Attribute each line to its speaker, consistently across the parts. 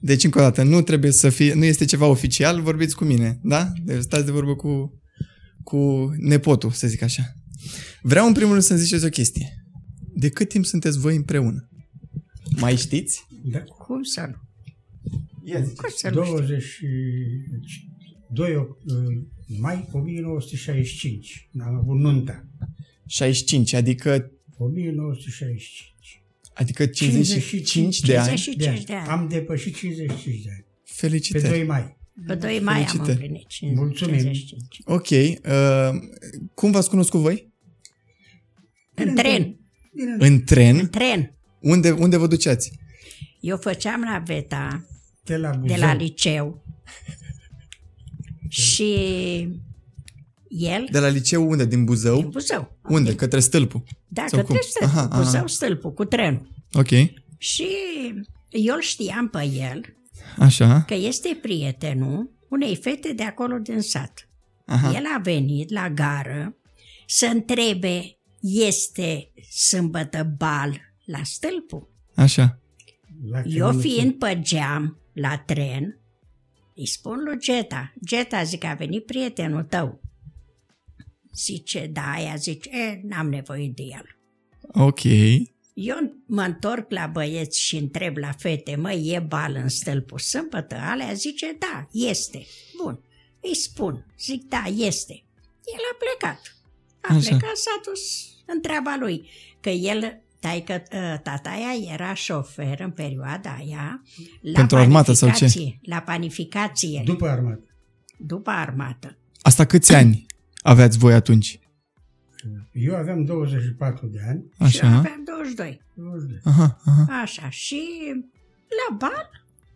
Speaker 1: Deci, încă o dată, nu trebuie să fie, nu este ceva oficial, vorbiți cu mine, da? Deci stați de vorbă cu, cu nepotul, să zic așa. Vreau în primul rând să-mi ziceți o chestie. De cât timp sunteți voi împreună? Mai știți?
Speaker 2: Cum să nu?
Speaker 1: Ia zice.
Speaker 2: Cum să nu? știu?
Speaker 3: 22 oc- uh, mai 1965. Am avut nunta.
Speaker 1: 65, adică,
Speaker 3: 1965.
Speaker 1: adică 55 de ani.
Speaker 2: 55 de ani.
Speaker 3: Am depășit 55 de ani. Pe
Speaker 1: Felicitări.
Speaker 3: 2 mai.
Speaker 2: Pe 2 mai am
Speaker 1: Felicitări.
Speaker 2: împlinit. cin-
Speaker 3: Mulțumim.
Speaker 2: 55.
Speaker 1: Ok. Uh, cum v-ați cunoscut voi?
Speaker 2: În tren.
Speaker 1: În
Speaker 2: În
Speaker 1: tren.
Speaker 2: tren.
Speaker 1: Unde, unde vă duceați?
Speaker 2: Eu făceam la Veta,
Speaker 3: De la
Speaker 2: de
Speaker 3: Buzău.
Speaker 2: la liceu. Și el,
Speaker 1: De la liceu unde? Din
Speaker 2: din
Speaker 1: Buzău?
Speaker 2: Buzău.
Speaker 1: Unde? Către stâlpul.
Speaker 2: Dacă
Speaker 1: Sau cum?
Speaker 2: trebuie
Speaker 1: Aha,
Speaker 2: să
Speaker 1: aha.
Speaker 2: Buzău, stâlpul, cu trenul.
Speaker 1: Ok.
Speaker 2: Și eu îl știam pe el,
Speaker 1: Așa.
Speaker 2: că este prietenul unei fete de acolo din sat.
Speaker 1: Aha.
Speaker 2: El a venit la gară să întrebe este sâmbătă bal la stâlpul.
Speaker 1: Așa.
Speaker 3: la
Speaker 2: Eu
Speaker 3: Cremona.
Speaker 2: fiind pe geam la tren, îi spun lui Geta. Geta, zic, a venit prietenul tău. Zice, da, ea zice, e, n-am nevoie de el.
Speaker 1: Ok.
Speaker 2: Eu mă întorc la băieți și întreb la fete, mă, e bal în stâlpul sâmbătă? Alea zice, da, este. Bun. Îi spun, zic, da, este. El a plecat. A
Speaker 1: Așa.
Speaker 2: plecat, s-a dus în treaba lui. Că el, taică, ă, tataia era șofer în perioada aia la
Speaker 1: Pentru armată sau ce?
Speaker 2: panificație, La panificație, Dup-
Speaker 3: După armată.
Speaker 2: după armată.
Speaker 1: Asta câți ani aveați voi atunci?
Speaker 3: Eu aveam 24 de ani.
Speaker 2: Și eu
Speaker 1: Așa.
Speaker 2: aveam 22.
Speaker 3: 22.
Speaker 1: Aha, aha.
Speaker 2: Așa, și la bal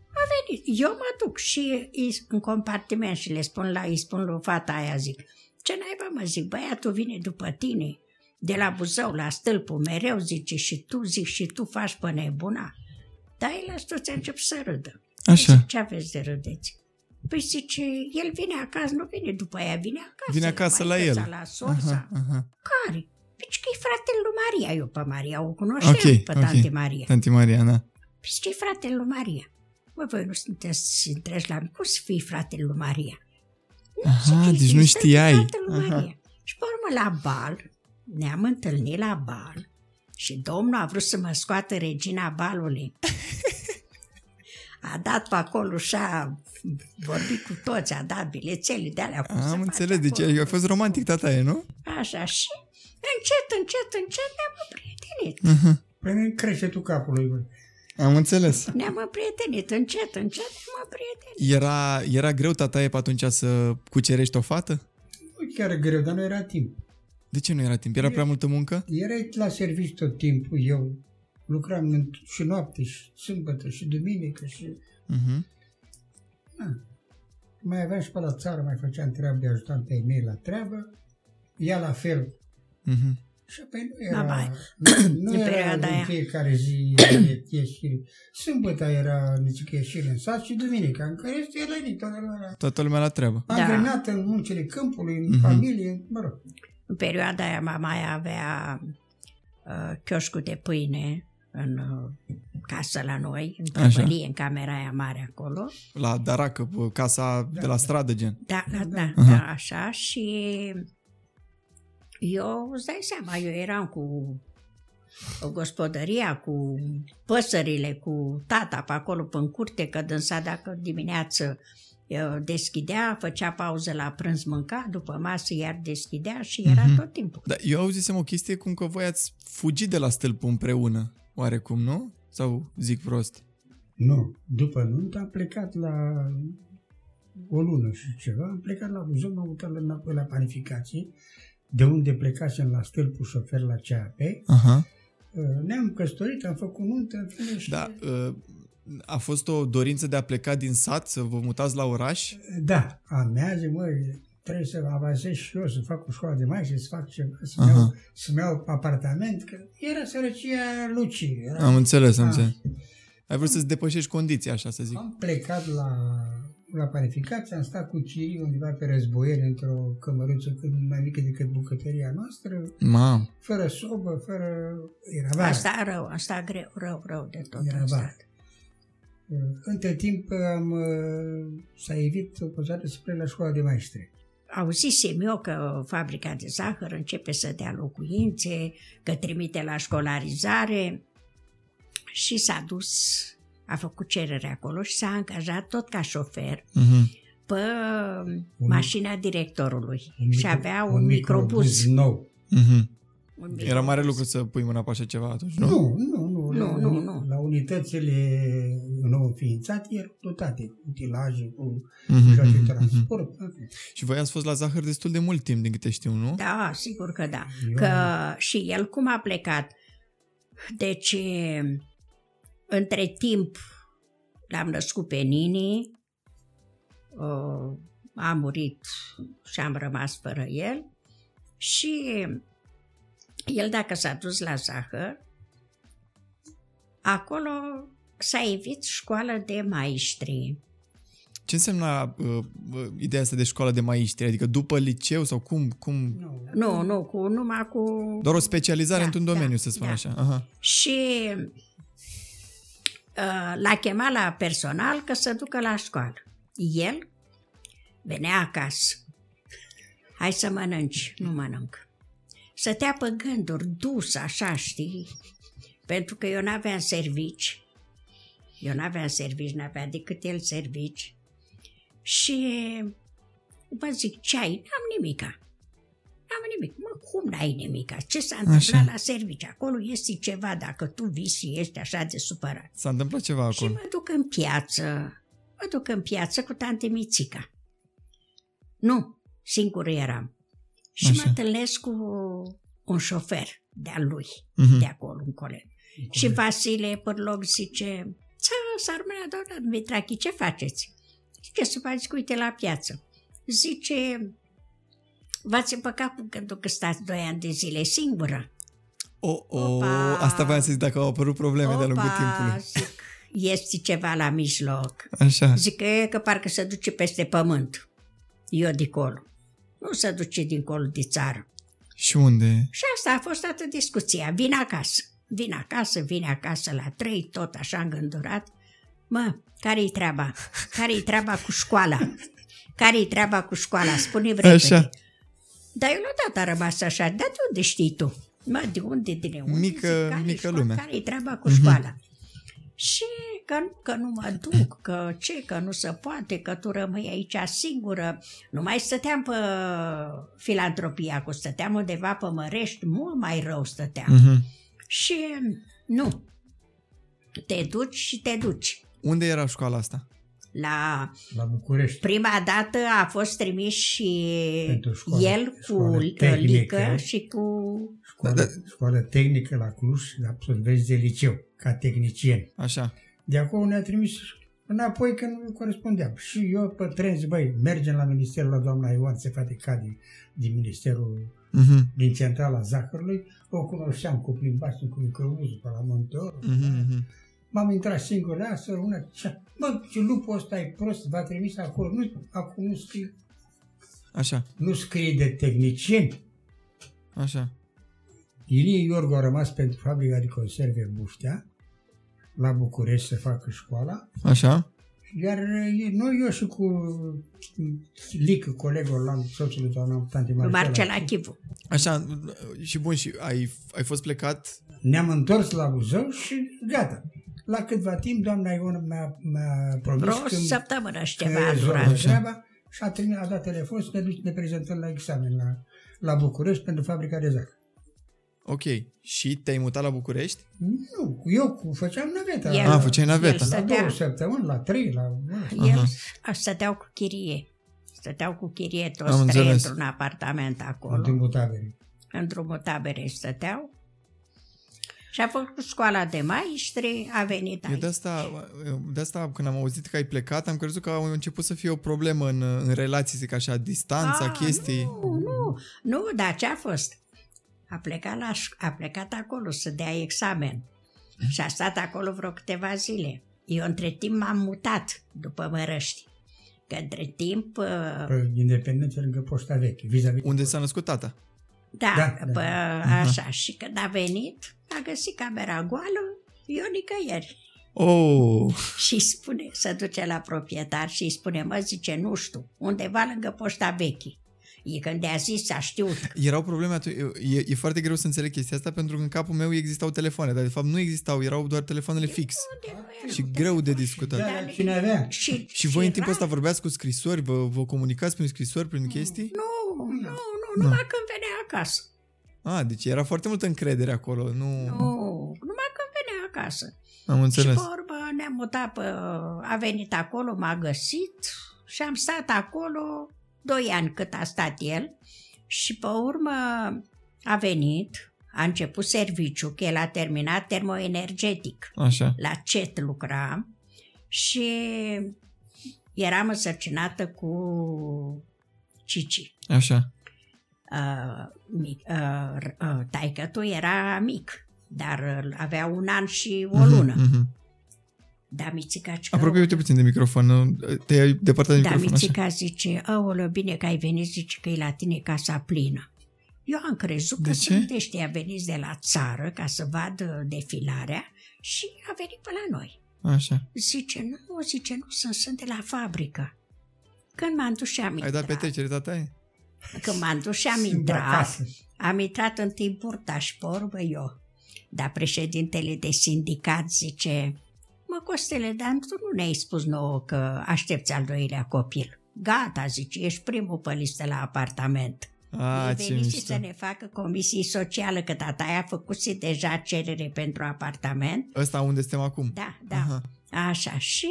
Speaker 2: a venit. Eu mă duc și îi- în compartiment și le spun la, îi spun lui fata aia, zic, ce naiba mă zic, băiatul vine după tine, de la Buzău la stâlpul, mereu zice și tu zic și tu faci pe nebuna. Dar el astuția încep să râdă.
Speaker 1: Așa.
Speaker 2: Zic, ce aveți de râdeți? Păi zice, el vine acasă, nu vine după aia, vine acasă.
Speaker 1: Vine acasă la el.
Speaker 2: maică-sa, La sorsa.
Speaker 1: Aha, aha.
Speaker 2: Care? Deci că e fratele lui Maria, eu pe Maria o cunoșteam,
Speaker 1: Ok,
Speaker 2: okay, pe
Speaker 1: ok.
Speaker 2: okay. tante Maria.
Speaker 1: Tanti Mariana.
Speaker 2: Păi ce fratele lui Maria? Mă, voi nu sunteți întregi la mine. Cum să fii fratele lui Maria?
Speaker 1: Aha,
Speaker 2: Zice,
Speaker 1: deci nu
Speaker 2: "Ești
Speaker 1: știai.
Speaker 2: fratele lui Maria." Și pe urmă la bal, ne-am întâlnit la bal și domnul a vrut să mă scoată regina balului. A dat pe acolo și a vorbit cu toți, a dat bilețele de alea. cum se
Speaker 1: Am
Speaker 2: face
Speaker 1: înțeles, deci
Speaker 2: acolo.
Speaker 1: a fost romantic tata e, nu?
Speaker 2: Așa și încet, încet, încet ne-am împrietenit.
Speaker 1: Hm.
Speaker 3: Până în Păi creștetul capului. bă.
Speaker 1: Am înțeles.
Speaker 2: Ne-am împrietenit, încet, încet ne-am împrietenit.
Speaker 1: Era, era greu tataie pe atunci să cucerești o fată?
Speaker 3: Nu chiar greu, dar nu era timp.
Speaker 1: De ce nu era timp? Era prea multă muncă?
Speaker 3: Erai la serviciu tot timpul. Eu lucram în- și noapte, și sâmbătă, și duminică, și
Speaker 1: Uh-huh.
Speaker 3: Mai aveam și pe la țară, mai făceam treabă de ajutant pe mei la treabă, ea la fel.
Speaker 1: Uh-huh.
Speaker 3: Și apoi nu
Speaker 2: Da, bai.
Speaker 3: era, nu, nu
Speaker 2: În
Speaker 3: era
Speaker 2: perioada
Speaker 3: în
Speaker 2: aia.
Speaker 3: fiecare zi ieșire. Sâmbătă era nici ieșire în sat și duminica, în care este era nici toată lumea.
Speaker 1: Toată lumea la treabă.
Speaker 2: Da.
Speaker 3: Angrenat în muncile câmpului, în familie, mă rog.
Speaker 2: În perioada aia mama aia avea uh, chioșcul de pâine în uh, casă la noi, în
Speaker 1: Așa.
Speaker 2: prăvălie, în camera aia mare acolo.
Speaker 1: La Daracă, pe casa de la stradă, gen.
Speaker 2: Da, da, da,
Speaker 1: Aha.
Speaker 2: da așa și eu, îți dai seama, eu eram cu gospodăria, cu păsările, cu tata pe acolo, pe în curte, că dânsa dacă dimineață eu deschidea, făcea pauză la prânz, mânca, după masă iar deschidea și era
Speaker 1: Mhm.
Speaker 2: tot timpul.
Speaker 1: Dar eu auzisem o chestie cum că voi ați fugit de la stâlpul împreună, oarecum, nu? Sau zic prost?
Speaker 3: Nu, după nuntă am plecat la o lună și ceva, am plecat la Buzău, m-am mutat la- înapoi la panificație, de unde plecasem la stâlpul șofer la CAP,
Speaker 1: Aha.
Speaker 3: Ne-am căsătorit, am făcut nuntă, în fine, și...
Speaker 1: Da, uh, a fost o dorință de a pleca din sat, să vă mutați la oraș?
Speaker 3: da a mea zi, măi, trebuie să avansez și eu, să fac o școală de mai și să fac ceva, să-mi
Speaker 1: Aha.
Speaker 3: iau, să iau apartament, că era sărăcia lucii. Era...
Speaker 1: Am înțeles, am
Speaker 3: Ah.
Speaker 1: înțeles. Ai vrut să-ți depășești condiția, așa să zic.
Speaker 3: Am plecat la, la panificație, am stat cu Ciri undeva pe războiere, într-o cămăruță cât mai mică decât bucătăria noastră,
Speaker 1: Mam.
Speaker 3: fără sobă, fără... Era vara.
Speaker 2: Asta rău, asta greu, rău, rău de tot.
Speaker 3: Era
Speaker 2: Asta.
Speaker 3: vara. Între timp am, uh, s-a evit opozarea spre la școala de maestre.
Speaker 2: Auzisem eu că fabrica de zahăr începe să dea locuințe, că trimite la școlarizare și s-a dus, a făcut cerere acolo și s-a angajat tot ca șofer
Speaker 1: Mm-hmm.
Speaker 2: pe
Speaker 3: Un-
Speaker 2: mașina directorului
Speaker 3: Un
Speaker 2: și
Speaker 3: micro-
Speaker 2: avea un, microbus.
Speaker 3: nou.
Speaker 1: Mm-hmm.
Speaker 2: Un microbus.
Speaker 1: Era mare lucru să pui mâna pe așa ceva atunci, nu?
Speaker 3: Nu, nu, nu.
Speaker 2: Nu,
Speaker 3: la,
Speaker 2: nu, nu.
Speaker 3: la unitățile nou înființate erau dotate cu utilaje, cu mijloace de
Speaker 1: Mm-hmm. Mm-hmm.
Speaker 3: transport. toate.
Speaker 1: Și voi ați fost la zahăr destul de mult timp, din câte știu, nu?
Speaker 2: Da, sigur că da.
Speaker 3: Eu-
Speaker 2: Că și el cum a plecat. Deci, între timp, l-am născut pe Nini, uh, a murit și am rămas fără el. Și el, dacă s-a dus la Zahăr, acolo s-a evit școală de maestri.
Speaker 1: Ce însemna uh, uh, ideea asta de școală de maiștri? Adică după liceu sau cum? cum...
Speaker 3: Nu.
Speaker 2: Nu, nu, cu, numai cu...
Speaker 1: Doar o specializare
Speaker 2: Da,
Speaker 1: într-un
Speaker 2: da,
Speaker 1: domeniu, să spun
Speaker 2: da.
Speaker 1: așa. Aha.
Speaker 2: și uh, l-a chemat la personal că să ducă la școală. El venea acasă. Hai să mănânci, nu mănânc. Stătea pe gânduri, dus așa, știi? Pentru că eu n-aveam servici. Eu n-aveam servici, n-avea decât el servici. Și mă zic, ce ai? N-am nimica. N-am nimic. Mă, cum n-ai nimica? Ce s-a întâmplat
Speaker 1: Așa.
Speaker 2: la servici? Acolo este ceva dacă tu vii și ești așa de supărat.
Speaker 1: S-a întâmplat ceva
Speaker 2: Și
Speaker 1: acolo.
Speaker 2: mă duc în piață. Mă duc în piață cu tante Mițica. Nu, singur eram. Și Așa. mă
Speaker 1: Așa.
Speaker 2: întâlnesc cu un șofer de-a lui, de
Speaker 1: Mm-hmm.
Speaker 2: acolo, un coleg. Și Vasile Pârlov zice, Ța, sarmâna, doamna Dmitrachi, ce faceți? Zice, să faceți, uite, la piață. Zice, v-ați împăcat cu gândul că stați doi ani de zile singură.
Speaker 1: Oh, oh,
Speaker 2: Opa!
Speaker 1: asta voiam să zic dacă au apărut probleme de-a lungul timpului.
Speaker 2: zic, este ceva la mijloc.
Speaker 1: Așa.
Speaker 2: Zic că e că parcă se duce peste pământ. Eu de colo. Nu se duce dincolo de țară.
Speaker 1: Și unde?
Speaker 2: Și asta a fost toată discuția. Vin acasă. Vin acasă, vine acasă la trei, tot așa îngândurat. Mă, care-i treaba? Care-i treaba cu școala? Care-i treaba cu școala? Spune-mi repede.
Speaker 1: Așa.
Speaker 2: Dar eu nu a rămas așa. Dar de unde știi tu? Mă, de unde, din unde?
Speaker 1: Mică-
Speaker 2: care-i
Speaker 1: mică
Speaker 2: școala?
Speaker 1: lume. Mhm.
Speaker 2: Care-i treaba cu școala? Și că, că nu mă duc, că ce, că nu se poate, că tu rămâi aici singură. Nu mai stăteam pe filantropia, cu stăteam undeva pe Mărești, mult mai rău stăteam.
Speaker 1: Mm-hmm.
Speaker 2: Și nu, te duci și te duci.
Speaker 1: Unde era școala asta?
Speaker 2: La
Speaker 3: La București.
Speaker 2: Prima dată a fost trimis și
Speaker 3: Pentru școală.
Speaker 2: el cu
Speaker 3: Școală
Speaker 2: lică
Speaker 3: tehnică.
Speaker 2: și cu...
Speaker 3: Școală, școală tehnică la Cluj, absolvenți de liceu, ca tehnicieni.
Speaker 1: Așa.
Speaker 3: De acolo ne-a trimis înapoi că nu corespundeam. Și eu pe trenzi, băi, mergem la ministerul la doamna Ioan se face cadi din ministerul
Speaker 1: Mm-hmm.
Speaker 3: din centrala Zahărului, o cunoșteam cu plimbații, cu microbuzul pe la Monteoro.
Speaker 1: Mm-hmm.
Speaker 3: M-am intrat singur la asta, una, cea, mă, ce lupul ăsta e prost, v-a trimis acolo, nu, acum nu scrie,
Speaker 1: Așa.
Speaker 3: nu scrie de tehnicieni.
Speaker 1: Așa.
Speaker 3: Ilie Iorgu a rămas pentru fabrica de conserve Buftea, la București să facă școala,
Speaker 1: Așa.
Speaker 3: iar e- noi, eu și cu Lică, colegul la soțul lui doamna Tante Marcela,
Speaker 2: Marcela Chivu.
Speaker 1: Așa. Și bun, și ai, ai fost plecat?
Speaker 3: ne-am întors la Buzău și gata. La câtva timp, doamna Iona mi-a, mi-a promis
Speaker 2: Vreo
Speaker 3: când-
Speaker 2: săptămână și
Speaker 3: că
Speaker 2: ceva a
Speaker 3: e
Speaker 2: durat.
Speaker 3: zonă
Speaker 1: Așa.
Speaker 3: treaba și a, trimis, a dat telefon să ne, duc- ne prezentăm la examen la, la București pentru fabrica de zac.
Speaker 1: Ok. Și te-ai mutat la București?
Speaker 3: Nu, eu cu, făceam naveta.
Speaker 2: El-
Speaker 3: la,
Speaker 1: Ah, făceai naveta.
Speaker 2: El
Speaker 3: la
Speaker 2: stătea,
Speaker 3: Da. două săptămâni, la trei, la...
Speaker 2: el
Speaker 1: Mhm.
Speaker 2: stăteau cu chirie. Stăteau cu chirie
Speaker 1: Am
Speaker 2: toți trei
Speaker 1: înțeles.
Speaker 2: într-un apartament
Speaker 3: În
Speaker 2: acolo.
Speaker 3: timpul taberei.
Speaker 2: Într-un tabere stăteau. Și a făcut școala de maestri, a venit
Speaker 1: Eu de
Speaker 2: aici.
Speaker 1: asta, de asta, când am auzit că ai plecat, am crezut că a început să fie o problemă în, în relații, zic așa, distanța,
Speaker 2: Ah,
Speaker 1: chestii.
Speaker 2: Nu, nu, nu, dar ce a fost? A plecat, la, ș- a plecat acolo să dea examen
Speaker 1: Mhm.
Speaker 2: și a stat acolo vreo câteva zile. Eu între timp m-am mutat după Mărăști, că între timp, uh,
Speaker 3: Pe independență lângă poșta veche, vis-a-vis.
Speaker 1: Unde s-a născut tata?
Speaker 2: da,
Speaker 3: Da,
Speaker 2: da, bă,
Speaker 3: da.
Speaker 2: așa, și când a venit, a găsit camera goală, eu nicăieri.
Speaker 1: Oh,
Speaker 2: și spune, se duce la proprietar și îi spune, mă, zice, nu știu, undeva lângă poșta vechi. E când de-a zis, a știut.
Speaker 1: erau probleme atunci. E, e foarte greu să înțeleg chestia asta pentru că în capul meu existau telefoane, dar de fapt nu existau, erau doar telefoanele fix.
Speaker 2: Unde nu era?
Speaker 1: Și greu de discutat.
Speaker 3: Da, dar cine avea?
Speaker 2: Și,
Speaker 1: Și voi în timpul
Speaker 2: era-
Speaker 1: ăsta vorbeați cu scrisori, vă, vă comunicați prin scrisori, prin chestii?
Speaker 2: Nu,
Speaker 1: Da.
Speaker 2: nu, nu, numai când venea acasă.
Speaker 1: A, deci era foarte multă încredere acolo, nu...
Speaker 2: Nu, numai când venea acasă.
Speaker 1: Am înțeles.
Speaker 2: Și pe urmă ne-am mutat, pe, a venit acolo, m-a găsit și am stat acolo doi ani cât a stat el și pe urmă a venit, a început serviciu, că el a terminat termoenergetic.
Speaker 1: Așa.
Speaker 2: La CET lucra și eram însărcinată cu Cici.
Speaker 1: Așa.
Speaker 2: Uh, mic, uh, r- uh, taicătul era mic, dar uh, avea un an și o lună.
Speaker 1: Mm-hmm.
Speaker 2: Da, Mițica Cică,
Speaker 1: Apropie te puțin de microfon, nu? te-ai depărtat de
Speaker 2: da,
Speaker 1: microfon, așa.
Speaker 2: Mițica zice, aoleu, bine că ai venit, zice că e la tine casa plină. Eu am crezut
Speaker 1: De
Speaker 2: că
Speaker 1: ce?
Speaker 2: sunt ăștia veniți de la țară ca să vadă defilarea și a venit pe la noi.
Speaker 1: Așa.
Speaker 2: Zice, nu, zice, nu, sunt, sunt de la fabrică. Când m-am dus și am
Speaker 1: Ai dat Da,
Speaker 2: intrat,
Speaker 1: petrecere, tata e?
Speaker 2: când m-am dus și am intrat,
Speaker 3: acasă.
Speaker 2: Am intrat în timp purtaș pe urmă eu, dar președintele de sindicat zice, mă, Costele, dar tu nu ne-ai spus nouă că aștepți al doilea copil. Gata, zice, ești primul pe listă la apartament.
Speaker 1: A,
Speaker 2: Ei
Speaker 1: Ah, ce
Speaker 2: veni și
Speaker 1: mișto.
Speaker 2: să ne facă comisii socială, că tata a făcut deja cerere pentru apartament.
Speaker 1: Ăsta unde suntem acum.
Speaker 2: Da, da, Aha.
Speaker 1: Aha.
Speaker 2: așa. Și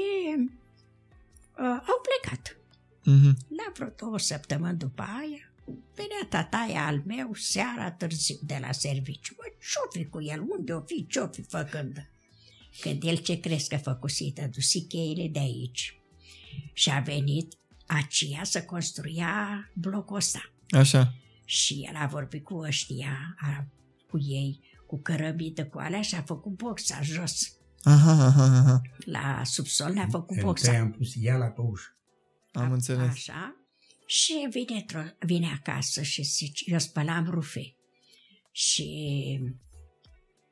Speaker 2: uh, au plecat.
Speaker 1: Mhm.
Speaker 2: La vreo două săptămâni după aia, venea tataia al meu seara târziu de la serviciu. Mă, ce-o fi cu el? Unde o fi? Ce-o fi făcând? Când el ce crezi că făcusită, dusi cheile de aici. Și a venit aceea să construia blocul ăsta.
Speaker 1: Așa.
Speaker 2: Și el a vorbit cu ăștia, a, cu ei, cu cărămită, cu alea și a făcut boxa jos.
Speaker 1: Aha, aha, aha.
Speaker 2: La subsol ne-a făcut
Speaker 3: Întâi
Speaker 2: boxa.
Speaker 3: am pus ea la pe ușă.
Speaker 1: Am înțeles.
Speaker 2: Așa. Și vine, tro- vine acasă și zice, eu spălam rufe. Și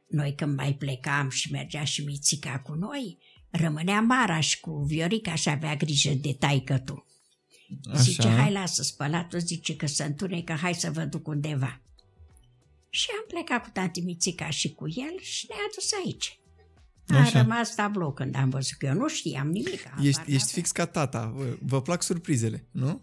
Speaker 2: noi când mai plecam și mergea și Mițica cu noi, rămânea Maraș cu Viorica și avea grijă de taicătul. Zice, hai
Speaker 1: Așa.
Speaker 2: lasă spălatul, zice că se întunecă, hai să vă duc undeva. Și am plecat cu tanti Mițica și cu el și ne-a dus aici. A
Speaker 1: Așa.
Speaker 2: rămas tablou când am văzut că eu nu știam nimic. abar
Speaker 1: Ești, ești
Speaker 2: n-aveam.
Speaker 1: fix ca tata. Vă, vă plac surprizele, nu?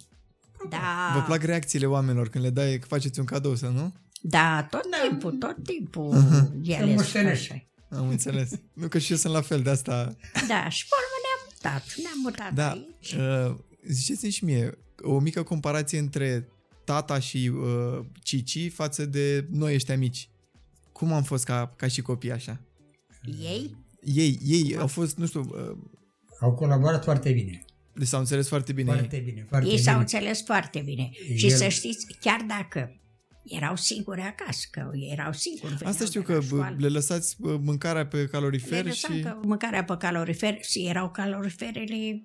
Speaker 2: Da.
Speaker 1: Vă plac reacțiile oamenilor când le dai că faceți un cadou să nu?
Speaker 2: Da, tot timpul, tot timpul
Speaker 1: Mhm.
Speaker 2: ele
Speaker 3: Să
Speaker 2: sunt
Speaker 3: moștenești.
Speaker 2: așa.
Speaker 1: Am înțeles. nu că și eu sunt la fel, de asta
Speaker 2: Da, și pe urmă ne-am mutat. Ne-am mutat da.
Speaker 1: Da,
Speaker 2: aici.
Speaker 1: uh, ziceți-mi și mie o mică comparație între tata și uh, Cici față de noi ăștia mici. Cum am fost ca, ca și copii așa?
Speaker 2: Ei,
Speaker 1: Ei, ei au fost, nu știu, uh,
Speaker 3: Au colaborat foarte bine.
Speaker 1: deci s-au înțeles foarte bine.
Speaker 3: Foarte bine, foarte
Speaker 2: ei
Speaker 3: bine.
Speaker 2: s-au înțeles foarte bine. Și
Speaker 3: El-
Speaker 2: să știți, chiar dacă erau singuri acasă, că erau singuri.
Speaker 1: Asta
Speaker 2: veneau
Speaker 1: știu
Speaker 2: de la
Speaker 1: că bă,
Speaker 2: școală.
Speaker 1: le lăsați bă, mâncarea pe
Speaker 2: le
Speaker 1: calorifer
Speaker 2: lăsam
Speaker 1: și...
Speaker 2: că mâncarea pe calorifer și erau caloriferele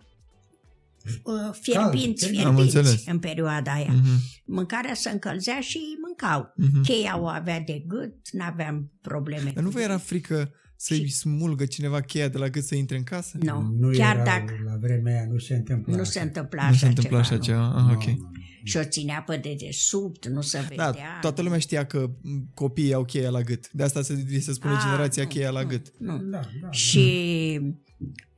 Speaker 2: uh, fierbinți,
Speaker 3: Am
Speaker 1: înțeles.
Speaker 2: fierbinți în perioada aia.
Speaker 1: Mhm,
Speaker 2: Mâncarea se încălzea și ei mâncau.
Speaker 1: mhm.
Speaker 2: Cheia o avea de gât, n-aveam probleme.
Speaker 1: Dar nu
Speaker 2: cu
Speaker 1: vă era frică să-i smulgă cineva cheia de la gât să intre în casă?
Speaker 2: Nu,
Speaker 3: Nu
Speaker 2: chiar
Speaker 3: erau,
Speaker 2: dacă
Speaker 3: La vremea aia nu se întâmpla.
Speaker 2: nu
Speaker 3: asta.
Speaker 2: se întâmpla
Speaker 1: Nu
Speaker 2: așa
Speaker 1: se întâmpla așa
Speaker 2: ceva. nu.
Speaker 1: ceva? Ah,
Speaker 3: Nu,
Speaker 1: ok.
Speaker 3: nu, nu.
Speaker 2: Și o ținea pe dedesubt, nu se vedea.
Speaker 1: Da, toată lumea știa că m, copiii au cheia la gât. De asta se, li se spune
Speaker 2: A,
Speaker 1: generația
Speaker 2: Ah, nu,
Speaker 1: cheia la
Speaker 2: nu,
Speaker 1: gât.
Speaker 2: Nu.
Speaker 3: Da, da, da.
Speaker 2: Și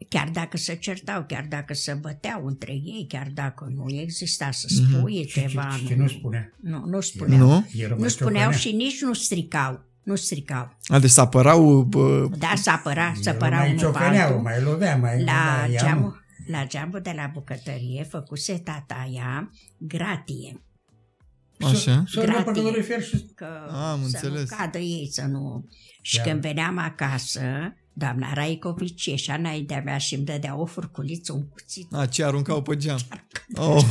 Speaker 2: chiar dacă se certau, chiar dacă se băteau între ei, chiar dacă nu exista să
Speaker 1: Mhm.
Speaker 2: spui
Speaker 3: Și- și-
Speaker 2: ceva,
Speaker 3: și nu spunea.
Speaker 2: nu, nu spuneau. Nu,
Speaker 1: Nu?
Speaker 3: El
Speaker 2: nu
Speaker 3: mai
Speaker 2: spuneau
Speaker 3: ciocănea.
Speaker 2: și nici nu stricau. Nu stricau.
Speaker 1: A, deci se apărau... Bă,
Speaker 2: Da, se apăra, se
Speaker 3: El
Speaker 2: apăra
Speaker 3: mai
Speaker 2: unul pe
Speaker 3: ciocănea,
Speaker 2: altul.
Speaker 3: mai lovea, mai...
Speaker 2: La
Speaker 3: da, ea nu.
Speaker 2: geamul, la geamul de la bucătărie făcuse tataia gratie.
Speaker 1: așa.
Speaker 3: Să nu
Speaker 2: Gratie.
Speaker 3: păcătorul fer și...
Speaker 2: că
Speaker 1: Am
Speaker 2: să
Speaker 1: înțeles.
Speaker 2: nu cadă ei, să nu... Și
Speaker 3: Da.
Speaker 2: când veneam acasă, doamna Raicovici ieșea înaintea mea și îmi dădea o furculiță, un cuțit,
Speaker 1: A, ce aruncau pe geam. Oh,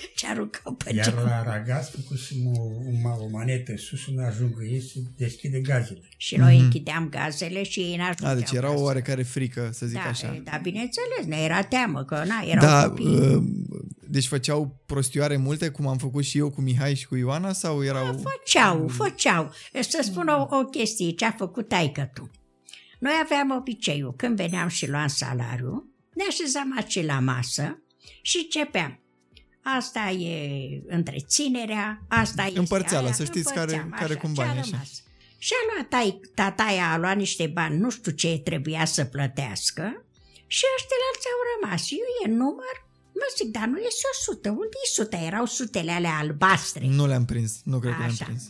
Speaker 2: Păi ce aruncau pe
Speaker 3: Iar
Speaker 2: geam.
Speaker 3: la ragaz făcusem o, o, o manetă sus să nu ajungă ei să deschide gazele.
Speaker 2: Și noi închideam gazele și ei n-ajungeau.
Speaker 1: Mhm. a, deci era o
Speaker 2: acasă.
Speaker 1: oarecare frică, să zic
Speaker 2: da,
Speaker 1: așa.
Speaker 2: e, Da, bineînțeles, ne era teamă că na, erau da,
Speaker 1: Da,
Speaker 2: copii.
Speaker 1: uh, deci făceau prostioare multe, cum am făcut și eu cu Mihai și cu Ioana, sau
Speaker 2: Ah,
Speaker 1: erau...
Speaker 2: Făceau, făceau. Să spun o, o chestie, ce a făcut taică tu. Noi aveam obiceiul, când veneam și luam salariul, ne așezam aici la masă și începeam. Asta e întreținerea, asta e
Speaker 1: Împărțeala, să știți care- care cum bani, așa.
Speaker 2: Și a luat tai, tataia a luat niște bani, nu știu ce trebuia să plătească și ăștia alții au rămas. Eu e număr, mă zic, dar nu este 100, unde e 100? Erau sutele alea albastre.
Speaker 1: Nu le-am prins, nu cred că le-am
Speaker 2: Așa.
Speaker 1: prins.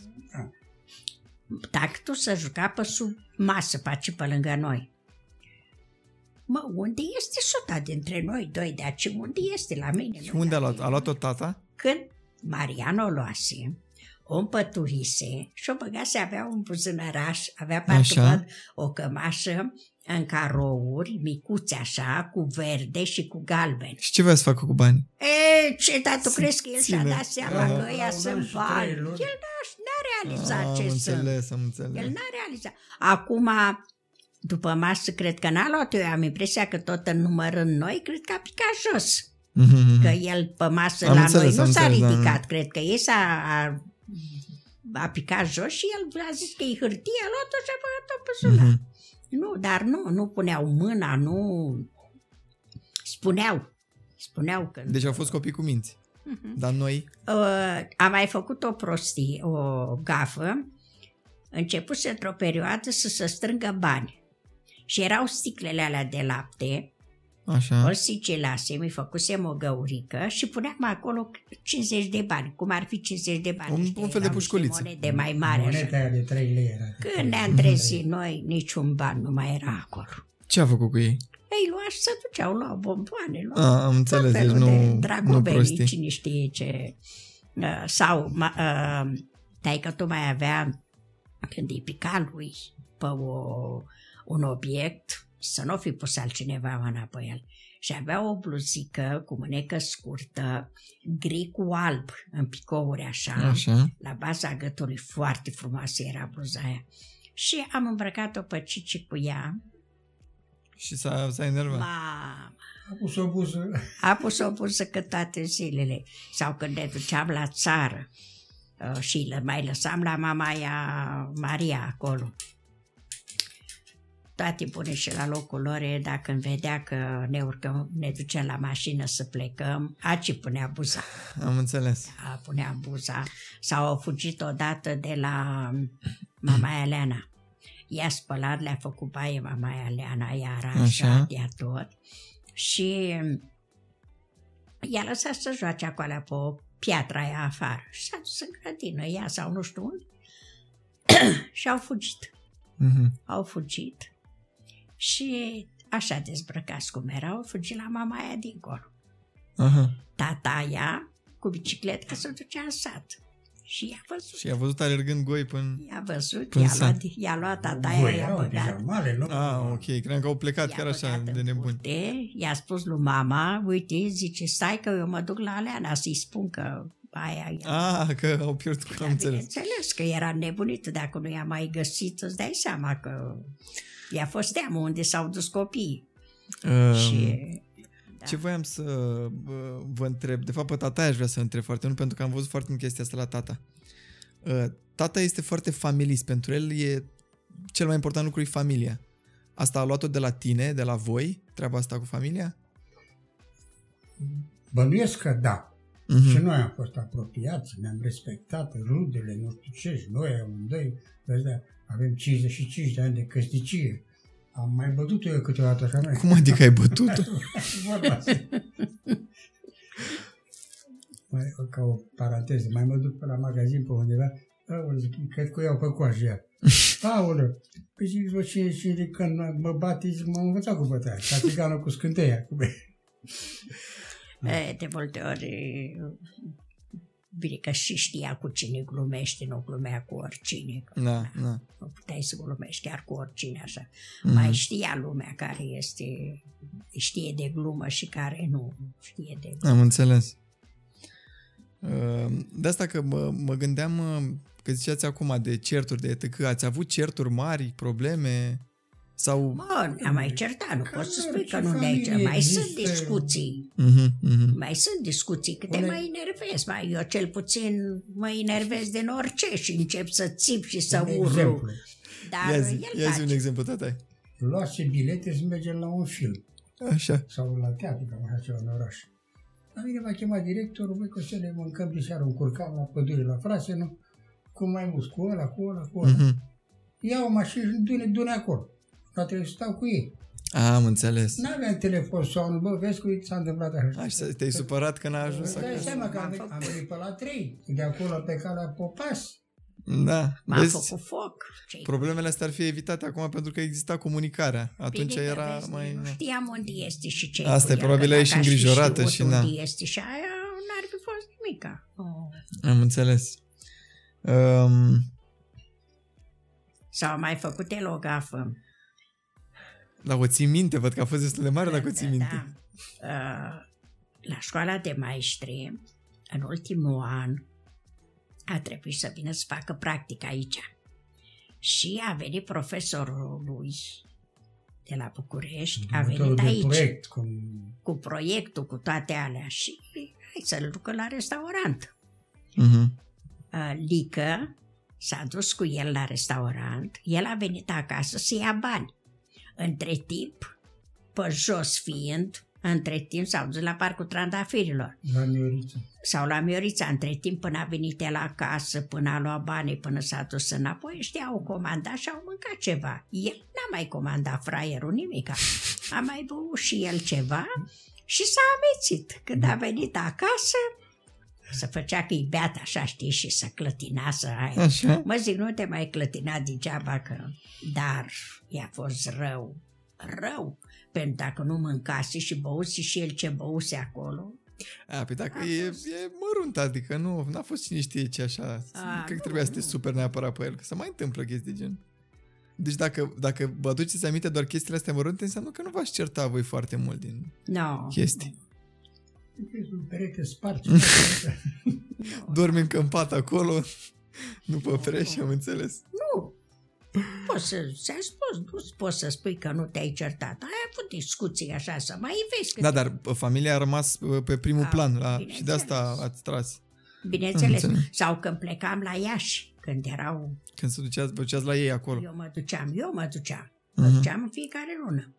Speaker 2: Tactul să juca pe sub masă, pe aici, pe lângă noi. Mă, unde este suta dintre noi doi de aici? Unde este la mine?
Speaker 1: Și
Speaker 2: Nu
Speaker 1: unde a
Speaker 2: la
Speaker 1: luat?
Speaker 2: tine.
Speaker 1: A luat-o tata?
Speaker 2: Când Marian o luase, o împăturise și o băgase, avea un buzunăraș, avea parcă
Speaker 1: Așa.
Speaker 2: văd, o cămașă în carouri, micuțe așa, cu verde și cu galben.
Speaker 1: Și ce vrea să facă cu bani?
Speaker 2: E, ce, dar tu crezi că el și-a
Speaker 1: ține.
Speaker 2: dat seama
Speaker 1: Da.
Speaker 2: că ăia
Speaker 3: Da, da,
Speaker 2: sunt
Speaker 3: și
Speaker 2: bani?
Speaker 3: trei
Speaker 2: El
Speaker 3: luni.
Speaker 2: n-a, n-a realizat
Speaker 1: am
Speaker 2: Exact, ce sunt.
Speaker 1: înțeles, am
Speaker 2: El
Speaker 1: înțeles.
Speaker 2: n-a realizat. Acum, după masă, cred că n-a luat. Eu am impresia că tot în numărând noi, cred că a picat jos.
Speaker 1: Mhm, mhm.
Speaker 2: Că el pe masă
Speaker 1: Am
Speaker 2: la
Speaker 1: înțeles,
Speaker 2: noi
Speaker 1: am
Speaker 2: nu s-a
Speaker 1: înțeles, da,
Speaker 2: ridicat. Cred că ei s-a a, a picat jos și el a zis că e hârtie, a luat-o și a băgat-o pe zona.
Speaker 1: Mhm.
Speaker 2: Nu, dar nu, nu puneau mâna, nu... Spuneau. Spuneau că...
Speaker 1: Deci au fost copii cu minți.
Speaker 2: Mhm.
Speaker 1: Dar noi,
Speaker 2: Uh, am mai făcut o prostie, o gafă. Începuse într-o perioadă să se strângă bani. Și erau sticlele alea de lapte, o
Speaker 1: așa,
Speaker 2: sigilase, mi făcusem o găurică și puneam acolo 50 de bani, cum ar fi 50 de bani.
Speaker 1: Un-
Speaker 2: Niște-
Speaker 1: un fel de
Speaker 2: erau niște
Speaker 1: pușculiță.
Speaker 2: Monede mai mari. Așa.
Speaker 3: Moneta aia de 3 lei era.
Speaker 2: Când ne-am trezit noi, niciun ban nu mai era acolo.
Speaker 1: ce a făcut cu ei?
Speaker 2: Ei luau și se duceau, luau bomboane, luau
Speaker 1: A, am
Speaker 2: tot
Speaker 1: înțeles, deci
Speaker 2: felul
Speaker 1: nu,
Speaker 2: de
Speaker 1: nu
Speaker 2: dragobeni,
Speaker 1: prostii.
Speaker 2: cine știe ce. Uh, Sau ma- uh, taică tu mai avea când îi pica lui pe o, un obiect, să nu fi pus altcineva mâna pe el. Și avea o bluzică cu mânecă scurtă, gri cu alb, în picouri așa,
Speaker 1: Așa.
Speaker 2: la baza gâtului, foarte frumoasă era bluza aia. Și am îmbrăcat-o pe Cici cu ea.
Speaker 1: Și s-a, s-a enervat.
Speaker 2: Mamă!
Speaker 3: A pus o buză.
Speaker 2: A pus o pusă că toate zilele. Sau când ne duceam la țară uh, și le mai lăsam la mama ea, Maria, acolo. Toate bune și la locul lor, e, dacă îmi vedea că ne urcăm, ne ducem la mașină să plecăm, aci punea buza.
Speaker 1: Am înțeles.
Speaker 2: A, punea buza. Sau au fugit odată de la mama Eleana. I-a spălat, le-a făcut baie mama Eleana, i-a
Speaker 1: Așa.
Speaker 2: aranjat, i-a tot. Și i-a lăsat să joace acolo pe o piatra aia afară. Și s-a dus în grădină, ea sau nu știu unde. și au fugit.
Speaker 1: Mhm.
Speaker 2: Au fugit. Și așa dezbrăcați cum erau, au fugit la mama aia dincolo
Speaker 1: Aha.
Speaker 2: tataia cu bicicleta se ducea în sat. Și i-a văzut.
Speaker 1: Și a văzut alergând goi până...
Speaker 2: I-a văzut,
Speaker 1: În
Speaker 2: i-a
Speaker 1: sat.
Speaker 2: luat, i-a luat tataia,
Speaker 3: Voi
Speaker 2: i-a
Speaker 3: erau
Speaker 2: băgat.
Speaker 3: pijamale, nu?
Speaker 1: Ah, ok, cred că au plecat
Speaker 2: Da. i-a
Speaker 1: chiar așa,
Speaker 2: băgat
Speaker 1: de
Speaker 2: în
Speaker 1: nebuni.
Speaker 2: curte, i-a spus lui mama, uite, zice, stai că eu mă duc la Aleana să-i spun că aia e.
Speaker 1: Ah, că au pierdut,
Speaker 2: Da,
Speaker 1: am înțeles.
Speaker 2: Bineînțeles că era nebunită, dacă nu i-a mai găsit, îți dai seama că i-a fost teamă unde s-au dus copiii.
Speaker 1: Um,
Speaker 2: și da.
Speaker 1: Ce voiam să bă, vă întreb? De fapt, pe tata aș vrea să întreb foarte mult, pentru că am văzut foarte mult chestia asta la tata. Uh, Tata este foarte familist. Pentru el e cel mai important lucru e familia. Asta a luat-o de la tine, de la voi, treaba asta cu familia?
Speaker 3: Bănuiesc că da. Și
Speaker 1: Mhm.
Speaker 3: noi am fost apropiați, ne-am respectat rudele, nu știu ce, și noi amândoi, vezi, da, avem 55 de ani de căsnicie. Am mai bătut eu câteodată așa noi.
Speaker 1: Cum adică ai bătut-o?
Speaker 3: Vorba asta. mai, ca o paranteză, mai mă duc pe la magazin pe undeva, Aoleu, zic, cred că o iau pe coajă ea. Aoleu, păi zic, vă, ce, ce, de când mă bate, zic, m-am învățat cu bătaia, ca țiganul cu scânteia. Cum e?
Speaker 1: Mm.
Speaker 2: E, Eh, De multe ori, e, bine că și știa cu cine glumește, nu glumea cu oricine, că
Speaker 1: Da, da.
Speaker 2: nu puteai să glumești chiar cu oricine așa.
Speaker 1: Mhm.
Speaker 2: Mai știa lumea care este, știe de glumă și care nu știe de glumă.
Speaker 1: Am înțeles. Uh, De asta că mă, mă gândeam uh, că ziceați acum de certuri, de etc. Ați avut certuri mari, probleme? Sau...
Speaker 2: Mă, ne-am
Speaker 1: Păi,
Speaker 2: mai certat, nu
Speaker 3: Ca
Speaker 2: poți să
Speaker 3: în
Speaker 2: spui că
Speaker 3: orice
Speaker 2: nu ne-ai certat. Mai
Speaker 3: familie
Speaker 2: sunt
Speaker 3: există-
Speaker 2: discuții,
Speaker 1: Mhm, mhm.
Speaker 2: mai sunt discuții, că te
Speaker 3: Unei-
Speaker 2: mai enervezi. Mai, eu cel puțin mă enervez din orice și încep să țip și să
Speaker 3: Un
Speaker 2: urlu.
Speaker 3: exemplu.
Speaker 2: Dar
Speaker 1: Ia
Speaker 2: el
Speaker 1: zi, ia zi
Speaker 2: face.
Speaker 1: un exemplu, tata.
Speaker 3: luase bilete să mergem la un film
Speaker 1: Așa.
Speaker 3: sau la teatru, că am așa ceva în oraș. La mine m-a chemat directorul, băi, că să ne mâncăm de seară un curcan la pădure la frase, nu? Cu mai mulți, cu ăla, cu ăla, cu ăla. Mm-hmm.
Speaker 1: Mhm.
Speaker 3: Ia o mașină și du-ne, du-ne acolo. Dar trebuie să stau cu ei.
Speaker 1: Am înțeles.
Speaker 3: N-aveam telefon sau nu, bă, vezi că uite, s-a întâmplat așa.
Speaker 1: Aș, te-ai supărat că n-a ajuns
Speaker 3: Îți dai
Speaker 1: acasă.
Speaker 3: seama că am,
Speaker 2: M-am
Speaker 3: venit-
Speaker 2: făcut.
Speaker 3: am venit pe la 3, de acolo pe calea Popas.
Speaker 1: Da.
Speaker 2: M-a
Speaker 1: Vezi,
Speaker 2: făcut foc. Ce-i
Speaker 1: problemele astea ar fi evitate acum pentru că exista comunicarea. Atunci
Speaker 2: Bine că
Speaker 1: era
Speaker 2: vezi,
Speaker 1: mai...
Speaker 2: Nu știam unde este și ce
Speaker 1: Asta e,
Speaker 2: cu el,
Speaker 1: probabil
Speaker 2: că
Speaker 1: ești
Speaker 2: dacă aș fi
Speaker 1: îngrijorată
Speaker 2: știut
Speaker 1: și
Speaker 2: unde
Speaker 1: na.
Speaker 2: este și aia n-ar fi fost nimica. Oh.
Speaker 1: Am înțeles. Um,
Speaker 2: S-au mai făcut elogafă.
Speaker 1: dar o ții minte, văd că a fost destul de mare dacă o ții minte.
Speaker 2: Da, Uh, La școala de maestri, în ultimul an, a trebuit să vină să facă practică aici. Și a venit profesorul lui de la București, a venit
Speaker 3: de
Speaker 2: aici
Speaker 3: proiect, cum
Speaker 2: cu proiectul, cu toate alea și hai să-l ducă la restaurant. da.
Speaker 1: Mhm.
Speaker 2: uh, Lică s-a dus cu el la restaurant, el a venit acasă să ia bani. Între timp, pe jos fiind, între timp s-au dus la Parcul Trandafirilor
Speaker 3: la Mioriță.
Speaker 2: sau la Miorița. Între timp, până a venit el acasă, până a luat banii, până s-a dus înapoi, ăștia au comandat și au mâncat ceva. El n-a mai comandat fraierul nimic. A mai băut și el ceva și s-a amețit. Când a venit acasă, să făcea că-i beat așa, știi, și să clătina să aia.
Speaker 1: Așa.
Speaker 2: Mă zic, nu te mai clătina degeaba că... Dar i-a fost rău, rău, pentru dacă nu mâncase și băuse și el ce băuse acolo,
Speaker 1: A, păi dacă
Speaker 2: A
Speaker 1: e,
Speaker 2: fost.
Speaker 1: e mărunt, adică nu, n-a fost cine știe ce așa.
Speaker 2: A,
Speaker 1: Cred că
Speaker 2: nu,
Speaker 1: trebuia să te
Speaker 2: nu.
Speaker 1: super neapărat pe el, că se mai întâmplă chestii de gen. Deci dacă, dacă vă aduceți aminte doar chestiile astea mărunte, înseamnă că nu v-aș certa voi foarte mult din
Speaker 2: No.
Speaker 1: chestii.
Speaker 3: Vezi un perete spart. Da,
Speaker 2: Oh, da.
Speaker 1: Dormim că în pat acolo, nu pe freș, am înțeles.
Speaker 2: Nu. Poți să, ți-am spus, nu poți să spui că nu te-ai certat. Ai avut discuții așa, să mai vezi. Că
Speaker 1: Da, dar bă, familia a rămas bă, pe primul
Speaker 2: A,
Speaker 1: plan la, și
Speaker 2: bineînțeles.
Speaker 1: de asta ați tras.
Speaker 2: Bineînțeles.
Speaker 1: Înțeleg.
Speaker 2: Sau când plecam la Iași, când erau...
Speaker 1: Când se duceați, vă duceați la ei acolo.
Speaker 2: Eu mă duceam, eu mă duceam. Mă
Speaker 1: Mhm.
Speaker 2: duceam în fiecare lună.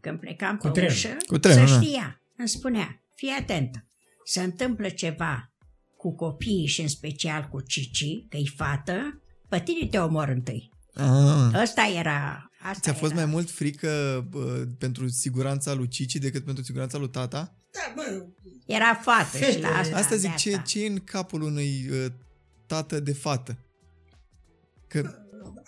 Speaker 2: Când plecam
Speaker 3: Cu
Speaker 2: pe
Speaker 3: trenul.
Speaker 2: ușă,
Speaker 1: Cu trenul,
Speaker 2: să
Speaker 1: da.
Speaker 2: știa. Îmi spunea, fii atentă. Se întâmplă ceva cu copiii și în special cu Cici, că-i fată, pe tine te omor întâi.
Speaker 1: Ah.
Speaker 2: Ăsta era... Asta
Speaker 1: Ți-a fost
Speaker 2: era.
Speaker 1: mai mult frică bă, pentru siguranța lui Cici decât pentru siguranța lui tata?
Speaker 3: Da, bă,
Speaker 2: Era fată și la asta.
Speaker 1: Asta zic,
Speaker 2: Da, de
Speaker 1: ce, ce e în capul unui uh, tată de fată? Că,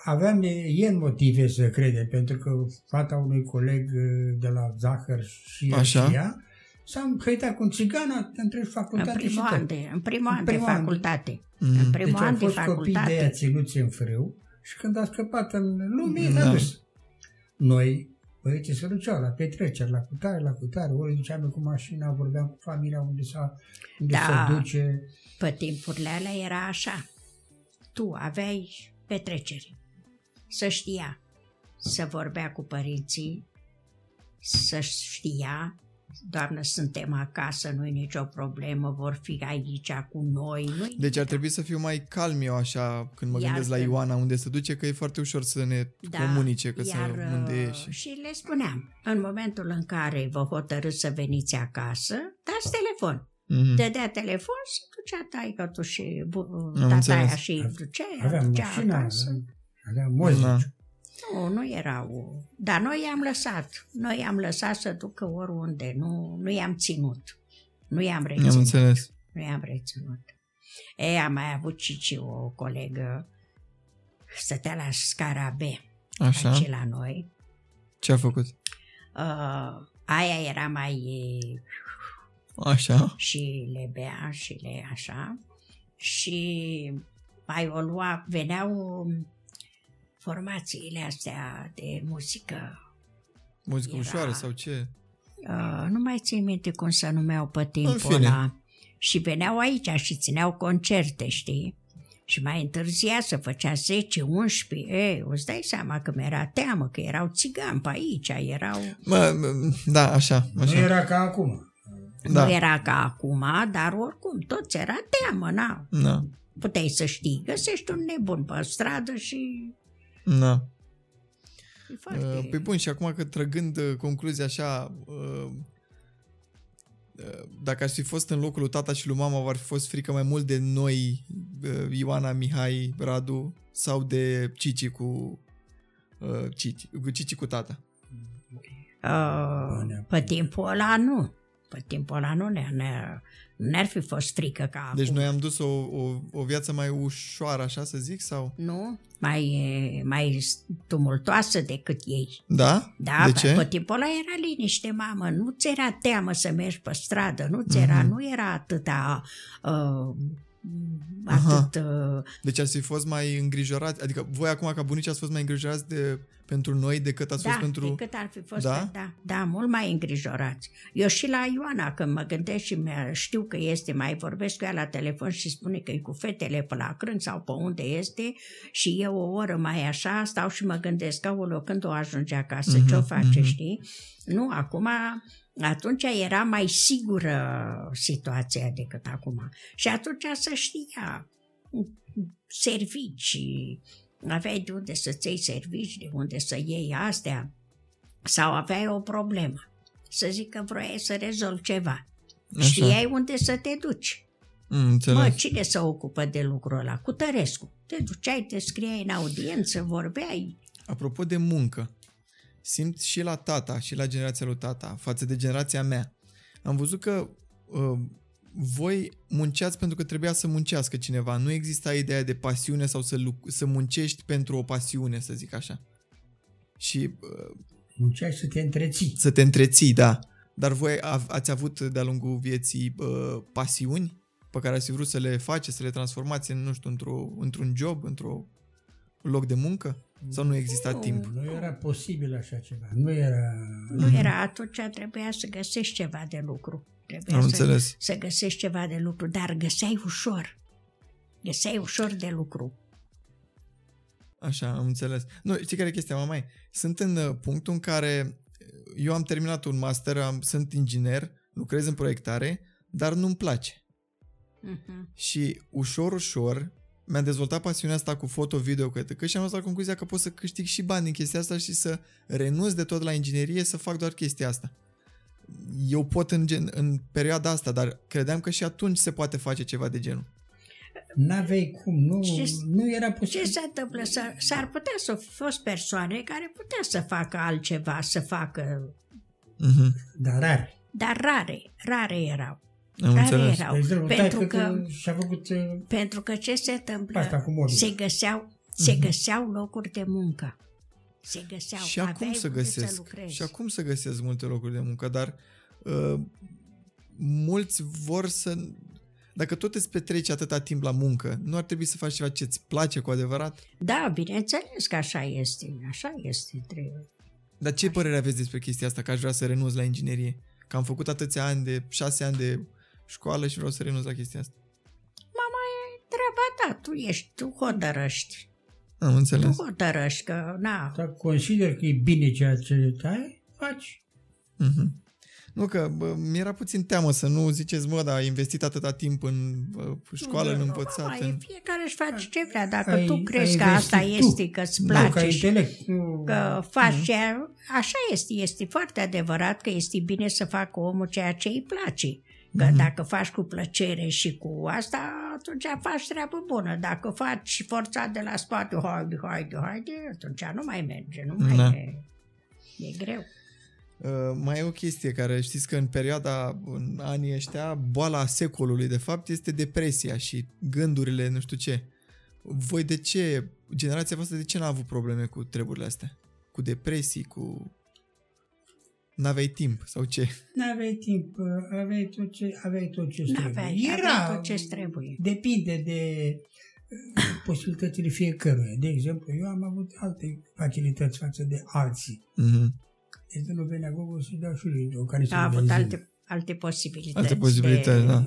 Speaker 3: aveam el motive să crede, pentru că fata unui coleg eh, de la Zahăr și
Speaker 1: Așa.
Speaker 3: și ea s-a încăitat cu un țigan între
Speaker 2: În
Speaker 3: facultate și
Speaker 2: primul, an
Speaker 3: tot.
Speaker 2: de, în primul an de
Speaker 3: primul an.
Speaker 2: facultate. În
Speaker 1: mm,
Speaker 2: primul
Speaker 3: Deci au
Speaker 2: an de
Speaker 3: fost copii de aia
Speaker 2: facultate.
Speaker 3: ținuți în frâu și când a scăpat în lume,
Speaker 1: Da.
Speaker 3: l-a dus. Noi, băieții se duceau la petreceri, la cutare, la cutare, ori duceam eu cu mașina, vorbeam cu familia unde s-a unde
Speaker 2: Da.
Speaker 3: se duce.
Speaker 2: Pe timpurile alea era așa. Tu aveai petreceri. Să știa. Să vorbea cu părinții. Să știa. Doamnă, suntem acasă, nu e nicio problemă, vor fi aici cu noi. Nu-i...
Speaker 1: Deci ar trebui să fiu mai calm eu așa când mă
Speaker 2: Iar
Speaker 1: gândesc la
Speaker 2: când-
Speaker 1: Ioana unde se duce, că e foarte ușor să ne da, comunice, că să
Speaker 2: iar,
Speaker 1: unde e
Speaker 2: uh,
Speaker 1: și...
Speaker 2: Și le spuneam, în momentul în care vă hotărâți să veniți acasă, dați telefon.
Speaker 1: Mm.
Speaker 2: dădea telefon și ducea taică și bu-
Speaker 1: Am
Speaker 2: tataia
Speaker 1: înțeles.
Speaker 2: și îi ducea, ea
Speaker 3: Aveam
Speaker 2: ducea
Speaker 3: mașina,
Speaker 2: acasă.
Speaker 3: aveam- aveam mozici.
Speaker 1: Da.
Speaker 2: Nu, nu erau. Dar noi i-am lăsat. Noi i-am lăsat să ducă oriunde. Nu, nu i-am ținut. Nu i-am
Speaker 1: Am
Speaker 2: reținut.
Speaker 1: înțeles.
Speaker 2: Nu i-am reținut. E, am mai avut și, și o colegă stătea la scara B,
Speaker 1: Așa.
Speaker 2: aici la noi,
Speaker 1: Ce a făcut?
Speaker 2: Uh, aia era mai e,
Speaker 1: Așa.
Speaker 2: și le bea și le așa și mai o lua, veneau formațiile astea de muzică.
Speaker 1: Muzică
Speaker 2: Era-
Speaker 1: ușoară sau ce?
Speaker 2: Uh, nu mai țin minte cum se numeau pe
Speaker 1: În
Speaker 2: timpul
Speaker 1: fine.
Speaker 2: ăla. Și veneau aici și țineau concerte, știi? Și mai întârzia să făcea 10, 11, ei, îți dai seama că mi-era teamă, că erau țigani pe aici, erau...
Speaker 1: Mă, mă, da, așa,
Speaker 3: Nu
Speaker 1: așa.
Speaker 3: era ca acum.
Speaker 1: Da.
Speaker 2: Nu era ca acum, dar oricum, toți era teamă, na.
Speaker 1: Da,
Speaker 2: puteai să știi. Găsești un nebun pe stradă și
Speaker 1: da.
Speaker 2: E foarte...
Speaker 1: Uh, Păi bun, și acum că trăgând uh, concluzia așa, uh, uh, dacă ar fi fost în locul lui tata și lui mama, ar fi fost frică mai mult de noi, uh, Ioana, Mihai, Radu, sau de Cici cu, uh, Cici, cu Cici cu tata?
Speaker 2: Uh, pe timpul ăla nu. Pe timpul ăla nu ne, ne, ne-ar fi fost frică ca
Speaker 1: Deci
Speaker 2: acum.
Speaker 1: noi am dus o, o, o viață mai ușoară, așa să zic, sau?
Speaker 2: Nu? Mai, e- mai tumultoasă decât ei.
Speaker 1: Da?
Speaker 2: Da,
Speaker 1: de
Speaker 2: pe-
Speaker 1: ce?
Speaker 2: pe timpul ăla era liniște, mamă, nu ți era teamă să mergi pe stradă, nu ți era,
Speaker 1: Mhm.
Speaker 2: mm-hmm. nu era atâta, uh, atât, uh,
Speaker 1: Deci ați fi fost mai îngrijorați, adică voi acum ca bunici ați fost mai îngrijorați de, pentru noi decât ați
Speaker 2: da,
Speaker 1: fost pentru...
Speaker 2: decât ar fi fost,
Speaker 1: Da?
Speaker 2: da? da, da, mult mai îngrijorați. Eu și la Ioana, când mă gândesc și mi- știu că este, mai vorbesc cu ea la telefon și spune că e cu fetele pe la crân sau pe unde este și eu o oră mai așa stau și mă gândesc, aoleo, când o ajunge acasă, mm-hmm, ce
Speaker 1: Mhm,
Speaker 2: o face, mm-hmm. știi? Nu, acum, atunci era mai sigură situația decât acum. Și atunci să știa servicii, aveai de unde să-ți iei servici, de unde să iei astea, sau aveai o problemă. Să zic că vroiai să rezolvi ceva.
Speaker 1: Așa.
Speaker 2: Știai unde să te duci.
Speaker 1: Mm, înțeles.
Speaker 2: Mă, cine se ocupă de lucrul ăla? Cu Tărescu. Te duceai, te scriai în audiență, vorbeai.
Speaker 1: Apropo de muncă, simt și la tata, și la generația lui tata, față de generația mea. Am văzut că uh, voi munceați pentru că trebuia să muncească cineva. Nu exista ideea de pasiune sau să, lu- să muncești pentru o pasiune, să zic așa. Și uh,
Speaker 3: Munceai să te întreții.
Speaker 1: să te întreții, da. Dar voi a- ați avut de-a lungul vieții uh, pasiuni pe care ați fi vrut să le faceți, să le transformați în, nu știu, într-o, într-un job, într-un loc de muncă? Sau nu exista timp?
Speaker 3: Nu era posibil așa ceva. Nu era...
Speaker 1: Mhm.
Speaker 2: Nu era atunci, trebuia să găsești ceva de lucru. Trebuia
Speaker 1: Am
Speaker 2: să,
Speaker 1: înțeles.
Speaker 2: să găsești ceva de lucru, dar găseai ușor. Găseai ușor de lucru.
Speaker 1: Așa, am înțeles. Nu, știi care e chestia, mamai? Sunt în uh, punctul în care uh, eu am terminat un master, am, sunt inginer, lucrez în proiectare, dar nu-mi place.
Speaker 2: Mhm.
Speaker 1: Și ușor, ușor, mi-am dezvoltat pasiunea asta cu foto-video cred că și am ajuns la concluzia că pot să câștig și bani din chestia asta și să renunț de tot la inginerie să fac doar chestia asta. Eu pot în, gen, în perioada asta, dar credeam că și atunci se poate face ceva de genul.
Speaker 3: N-aveai cum. Nu,
Speaker 2: Ce-
Speaker 3: nu era
Speaker 2: Ce
Speaker 3: posibil.
Speaker 2: se întâmplă? S-ar, s-ar putea să fi fost persoane care putea să facă altceva, să facă,
Speaker 1: Mm-hmm.
Speaker 3: Dar rar.
Speaker 2: dar rare, rare erau.
Speaker 1: Am
Speaker 2: rare
Speaker 1: înțeles.
Speaker 2: erau.
Speaker 3: De exemplu,
Speaker 2: pentru
Speaker 3: taică
Speaker 2: că,
Speaker 3: Deci că și-a făcut... uh,
Speaker 2: pentru că ce se întâmplă?
Speaker 3: Asta cu modul.
Speaker 2: se găseau, se găseau locuri de muncă. Se găseau.
Speaker 1: Mhm. Și acum
Speaker 2: aveai
Speaker 1: să
Speaker 2: unde
Speaker 1: găsesc.
Speaker 2: Să lucrezi.
Speaker 1: și acum să găsesc multe locuri de muncă, dar uh, mulți vor să... Dacă tot îți petreci atâta timp la muncă, nu ar trebui să faci ceva ce-ți place cu adevărat?
Speaker 2: Da, bineînțeles că așa este. Așa este. Trebuie.
Speaker 1: Dar ce părere aveți despre chestia asta, că aș vrea să renunț la inginerie? Că am făcut atâția ani de, șase ani de școală și vreau să renunț la chestia asta.
Speaker 2: Mama e treaba ta. Tu ești, tu hotărăști.
Speaker 1: Am înțeles.
Speaker 2: Tu hotărăști că, na,
Speaker 3: Dacă da, consider că e bine ceea ce ai, faci.
Speaker 1: Mhm. Nu, că bă, mi-era puțin teamă să nu ziceți, mă, dar ai investit atâta timp în bă, școală, în învățat,
Speaker 2: mama, e
Speaker 1: în...
Speaker 2: fiecare își face ce vrea. Dacă
Speaker 3: Ai-
Speaker 2: tu crezi
Speaker 3: ai
Speaker 2: că asta
Speaker 3: investit tu.
Speaker 2: este, că îți
Speaker 3: Nu,
Speaker 2: place
Speaker 3: ca
Speaker 2: și
Speaker 3: intelect. Nu.
Speaker 2: că faci ceea, așa este, este foarte adevărat că este bine să facă omul ceea ce îi place. Că mm-hmm. dacă faci cu plăcere și cu asta, atunci faci treabă bună. Dacă faci forțat de la spate, haide, haide, haide, atunci nu mai merge, nu mai
Speaker 1: Da.
Speaker 2: e, e greu.
Speaker 1: Uh, mai e o chestie care știți că în perioada, în anii ăștia, boala secolului de fapt este depresia și gândurile, nu știu ce. Voi de ce, generația voastră de ce n-a avut probleme cu treburile astea? Cu depresii, cu... N-aveai timp sau ce?
Speaker 3: N-aveai timp, uh, aveai tot ce, aveai tot ce
Speaker 2: N-aveai,
Speaker 3: trebuie.
Speaker 2: aveai tot ce trebuie.
Speaker 3: Depinde de uh, posibilitățile fiecăruia. De exemplu, eu am avut alte facilități față de alții.
Speaker 1: Mm-hmm.
Speaker 3: Deci nu venea Google să dau și lui o care să
Speaker 2: A avut
Speaker 3: organizeze.
Speaker 2: alte, alte posibilități.
Speaker 1: Alte posibilități,
Speaker 2: de,
Speaker 1: da.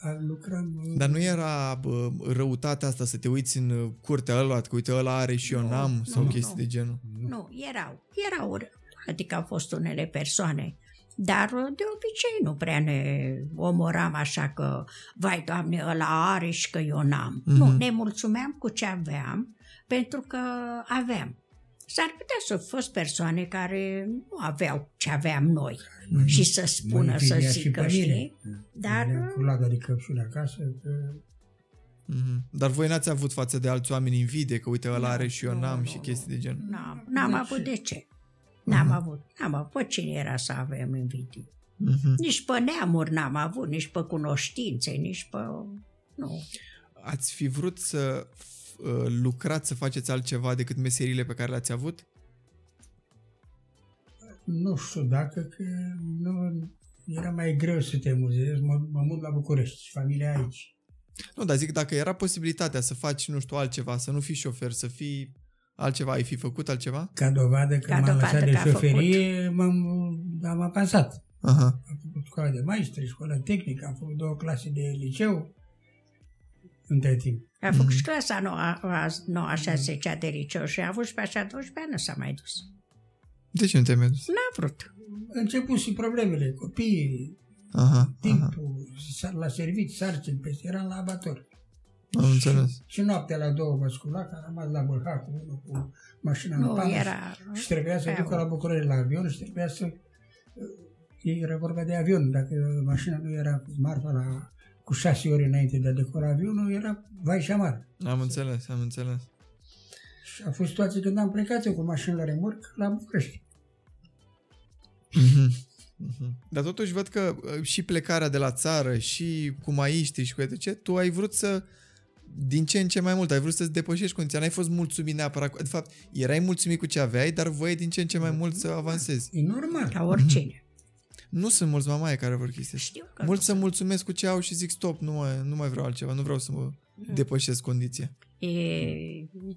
Speaker 3: A- Lucram uh,
Speaker 1: Dar nu era bă, răutatea asta să te uiți în uh, curtea ăla, că uite ăla are și eu
Speaker 2: Nu,
Speaker 1: n-am, sau
Speaker 2: nu,
Speaker 1: chestii
Speaker 2: nu.
Speaker 1: de genul.
Speaker 2: Nu, erau, erau, adică au fost unele persoane, dar de obicei nu prea ne omoram așa că, vai doamne, ăla are și că eu n-am. Mm-hmm. Nu, ne mulțumeam cu ce aveam, pentru că aveam. S-ar putea să fi fost persoane care nu aveau ce aveam noi
Speaker 1: Mhm.
Speaker 2: și să spună, să zică, știi? Dar-
Speaker 3: Dar... Cu lada de căpșuni acasă, că
Speaker 1: Mhm. Dar voi n-ați avut față de alți oameni invidie, că uite ăla are și eu
Speaker 2: nu,
Speaker 1: n-am
Speaker 2: nu,
Speaker 1: și
Speaker 2: nu.
Speaker 1: chestii de genul.
Speaker 2: N-am, n-am
Speaker 3: De
Speaker 2: avut
Speaker 3: ce?
Speaker 2: de ce. N-am avut. N-am avut. Pe cine era să avem invidii?
Speaker 1: Mhm.
Speaker 2: Nici pe neamuri n-am avut, nici pe cunoștințe, nici pe... Nu.
Speaker 1: Ați fi vrut să f- uh, lucrați, să faceți altceva decât meserile pe care le-ați avut?
Speaker 3: nu știu dacă că nu, era mai greu să te muzezi, mă, mă mut la București, familia aici.
Speaker 1: Nu, dar zic, dacă era posibilitatea să faci, nu știu, altceva, să nu fii șofer, să fii altceva, ai fi făcut altceva?
Speaker 3: Ca dovadă că
Speaker 2: Ca
Speaker 3: m-am
Speaker 2: dovadă
Speaker 3: lăsat de
Speaker 2: că a făcut.
Speaker 3: șoferie, m-am, am avansat.
Speaker 1: Aha.
Speaker 3: Am făcut școala de maestri, școala tehnică, am făcut două clase de liceu între timp.
Speaker 2: A făcut
Speaker 3: Mhm.
Speaker 2: și clasa noua, a noua și a zecea de liceu și a avut și pe așa 12 ani, nu s-a mai dus.
Speaker 1: De ce nu te-ai mai dus?
Speaker 2: N-a vrut.
Speaker 3: Început și problemele, copiii,
Speaker 1: Aha, aha.
Speaker 3: timpul, sar- la servici, sarcini, peste, eram la abator.
Speaker 1: Am înțeles.
Speaker 3: Și noaptea la două mă scula, că am rămas la Bâlha cu unul cu mașina în
Speaker 2: Nu,
Speaker 3: pană și-
Speaker 2: era...
Speaker 3: Și trebuia să
Speaker 2: Aia,
Speaker 3: ducă la București la avion și trebuia să... uh, Ei era vorba de avion, dacă mașina nu era cu marfa la, cu șase ore înainte de a decora avionul, era vai și amar.
Speaker 1: Am înțeles, am înțeles.
Speaker 3: Și a fost situație când am plecat eu cu mașina la remorc la București.
Speaker 1: Mhm. Mhm. Dar totuși văd că uh, și plecarea de la țară și cu maiștri și cu etc. Tu ai vrut să din ce în ce mai mult, ai vrut să-ți depășești condiția, n-ai fost mulțumit neapărat. cu- De fapt, erai mulțumit cu ce aveai, dar voiai din ce în ce mai mult să avansezi.
Speaker 3: E normal.
Speaker 2: Ca oricine.
Speaker 3: Mhm.
Speaker 1: Nu sunt mulți mamaie care vor chestia asta.
Speaker 2: Știu că...
Speaker 1: Mulți se mulțumesc cu ce au și zic stop, nu mai, nu mai vreau altceva, nu vreau să mă
Speaker 2: Mhm.
Speaker 1: depășesc condiția.
Speaker 2: E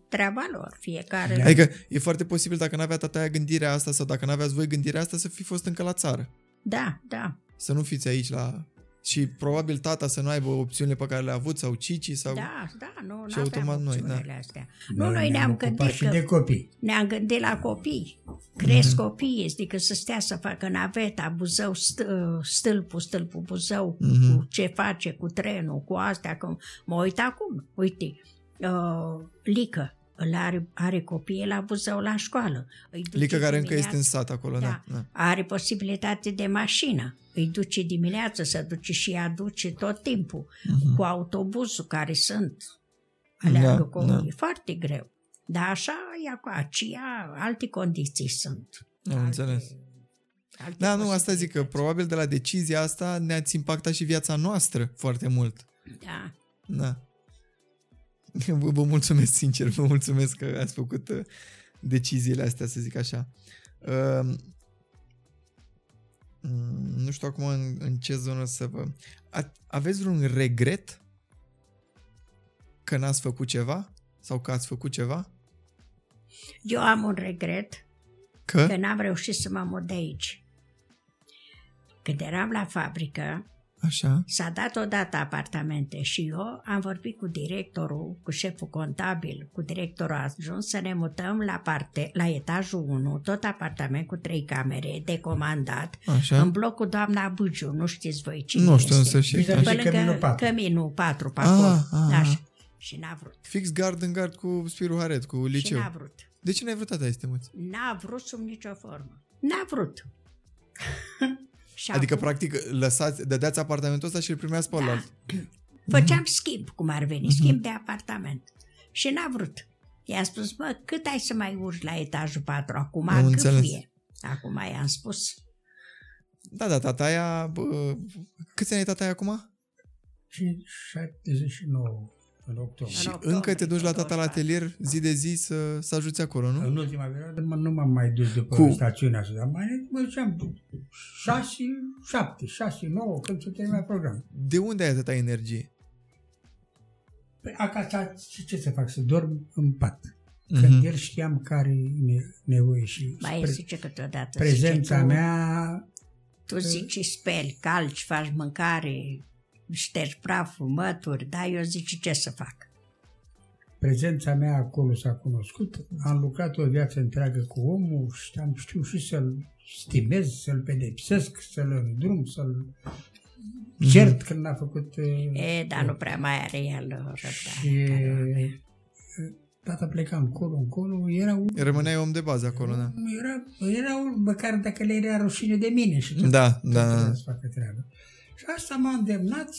Speaker 2: treaba lor, fiecare.
Speaker 1: Adică e foarte posibil dacă n-avea tata aia gândirea asta sau dacă n-aveați voi gândirea asta să fi fost încă la țară.
Speaker 2: Da, da,
Speaker 1: Să nu fiți aici la... Și probabil tata să nu aibă opțiunile pe care le-a avut sau Cici sau...
Speaker 2: da, da, nu,
Speaker 1: Și
Speaker 2: nu
Speaker 1: automat
Speaker 2: aveam
Speaker 1: noi,
Speaker 2: opțiunile astea. Nu, noi
Speaker 3: Da, ne-am
Speaker 2: ne-am
Speaker 3: ocupat
Speaker 2: gândit
Speaker 3: și
Speaker 2: că-
Speaker 3: de copii.
Speaker 2: Ne-am gândit la copii. Cresc
Speaker 1: Mhm.
Speaker 2: copiii, adică să stea să facă naveta, Buzău, st- stâlpul, stâlpul Buzău,
Speaker 1: Mhm.
Speaker 2: cu ce face cu trenul, cu astea. Că mă uit acum, uite, uh, Lică, îl are, are copii la Buzău la școală. Îi duce
Speaker 1: Lică care încă
Speaker 2: dimineața-
Speaker 1: este în sat acolo, da.
Speaker 2: Da.
Speaker 1: da.
Speaker 2: are posibilitate de mașină. Îi duce dimineața, se duce și îi aduce tot timpul.
Speaker 1: Mhm.
Speaker 2: Cu autobuzul care sunt,
Speaker 1: Da,
Speaker 2: aleargă
Speaker 1: da.
Speaker 2: da, copiii. E foarte greu. Dar așa, e cu aceea, alte condiții sunt.
Speaker 1: Am înțeles.
Speaker 2: alte
Speaker 1: Da, nu, asta zic că
Speaker 2: posibilități.
Speaker 1: probabil de la decizia asta ne-ați impactat și viața noastră foarte mult.
Speaker 2: Da.
Speaker 1: Da. Vă, vă mulțumesc sincer, vă mulțumesc că ați făcut uh, deciziile astea, să zic așa. Uh, mm, nu știu acum în, în ce zonă să vă... A, aveți vreun regret că n-ați făcut ceva? Sau că ați făcut ceva?
Speaker 2: Eu am un regret că
Speaker 1: Că?
Speaker 2: n-am reușit să mă mut de aici. Când eram la fabrică,
Speaker 1: Așa.
Speaker 2: S-a dat odată apartamente și eu am vorbit cu directorul, cu șeful contabil, cu directorul a ajuns să ne mutăm la, parte, la etajul 1, tot apartament cu trei camere, decomandat,
Speaker 1: Așa.
Speaker 2: da? în blocul doamna Bâgiu, nu știți voi cine
Speaker 1: nu știu,
Speaker 2: este.
Speaker 1: însă și...
Speaker 3: Bine,
Speaker 1: Așa.
Speaker 2: Pe
Speaker 3: Și Căminul
Speaker 2: lângă
Speaker 3: patru.
Speaker 2: Căminul 4, pe
Speaker 1: Ah,
Speaker 2: acolo.
Speaker 1: ah,
Speaker 2: Așa.
Speaker 1: ah.
Speaker 2: Și n-a vrut.
Speaker 1: Fix gard în gard cu Spirul Haret, cu
Speaker 2: Și n-a
Speaker 1: liceu.
Speaker 2: vrut.
Speaker 1: De ce n-ai vrut atâta este mulți?
Speaker 2: N-a vrut sub nicio formă. N-a vrut. Și
Speaker 1: Adică,
Speaker 2: acum-
Speaker 1: practic, lăsați, dădeați apartamentul ăsta și îl primeați pe
Speaker 2: Da.
Speaker 1: ălalt.
Speaker 2: Făceam schimb, cum ar
Speaker 3: Mhm.
Speaker 2: veni, schimb de apartament. Și n-a vrut. I-am spus, mă, cât ai să mai urci la etajul 4 acum?
Speaker 1: Am
Speaker 2: cât
Speaker 1: înțeles.
Speaker 2: fie? Acum i-am spus.
Speaker 1: Da, da, tataia... Bă, câți ani e tataia acum?
Speaker 3: Și 79 în octombrie.
Speaker 1: Și
Speaker 2: octombrie,
Speaker 1: încă te duci la tata la
Speaker 2: 24.
Speaker 1: atelier zi de zi să, să ajuți acolo, nu?
Speaker 3: În ultima perioadă mă- nu m-am mai dus după
Speaker 1: Cu-
Speaker 3: Cu... stațiunea asta, dar mai mă duceam 6, 7, 6, 9, când se termina programul.
Speaker 1: De unde ai atâta energie?
Speaker 3: Păi acasă și ce să fac? Să dorm în pat.
Speaker 1: Mhm.
Speaker 3: Când el știam care e ne- nevoie și
Speaker 2: Mai
Speaker 3: spre-
Speaker 2: zice câteodată.
Speaker 3: prezența
Speaker 2: zice,
Speaker 3: mea uh,
Speaker 2: Tu, tu zici, și speli, calci, faci mâncare, ștergi praful, mături, da, eu zic, ce să fac?
Speaker 3: prezența mea acolo s-a cunoscut. Am lucrat o viață întreagă cu omul și am știut și să-l stimez, să-l pedepsesc, să-l îndrum, să-l cert când n-a făcut... eh,
Speaker 2: uh, Da, E, dar nu prea mai are el răbdare.
Speaker 3: Și tata pleca încolo, încolo, era un...
Speaker 1: Rămâneai om de bază acolo, da.
Speaker 3: Era, era un, măcar dacă le era rușine de mine și tot
Speaker 1: Da, da.
Speaker 3: da. să facă treaba. Și asta m-a îndemnat,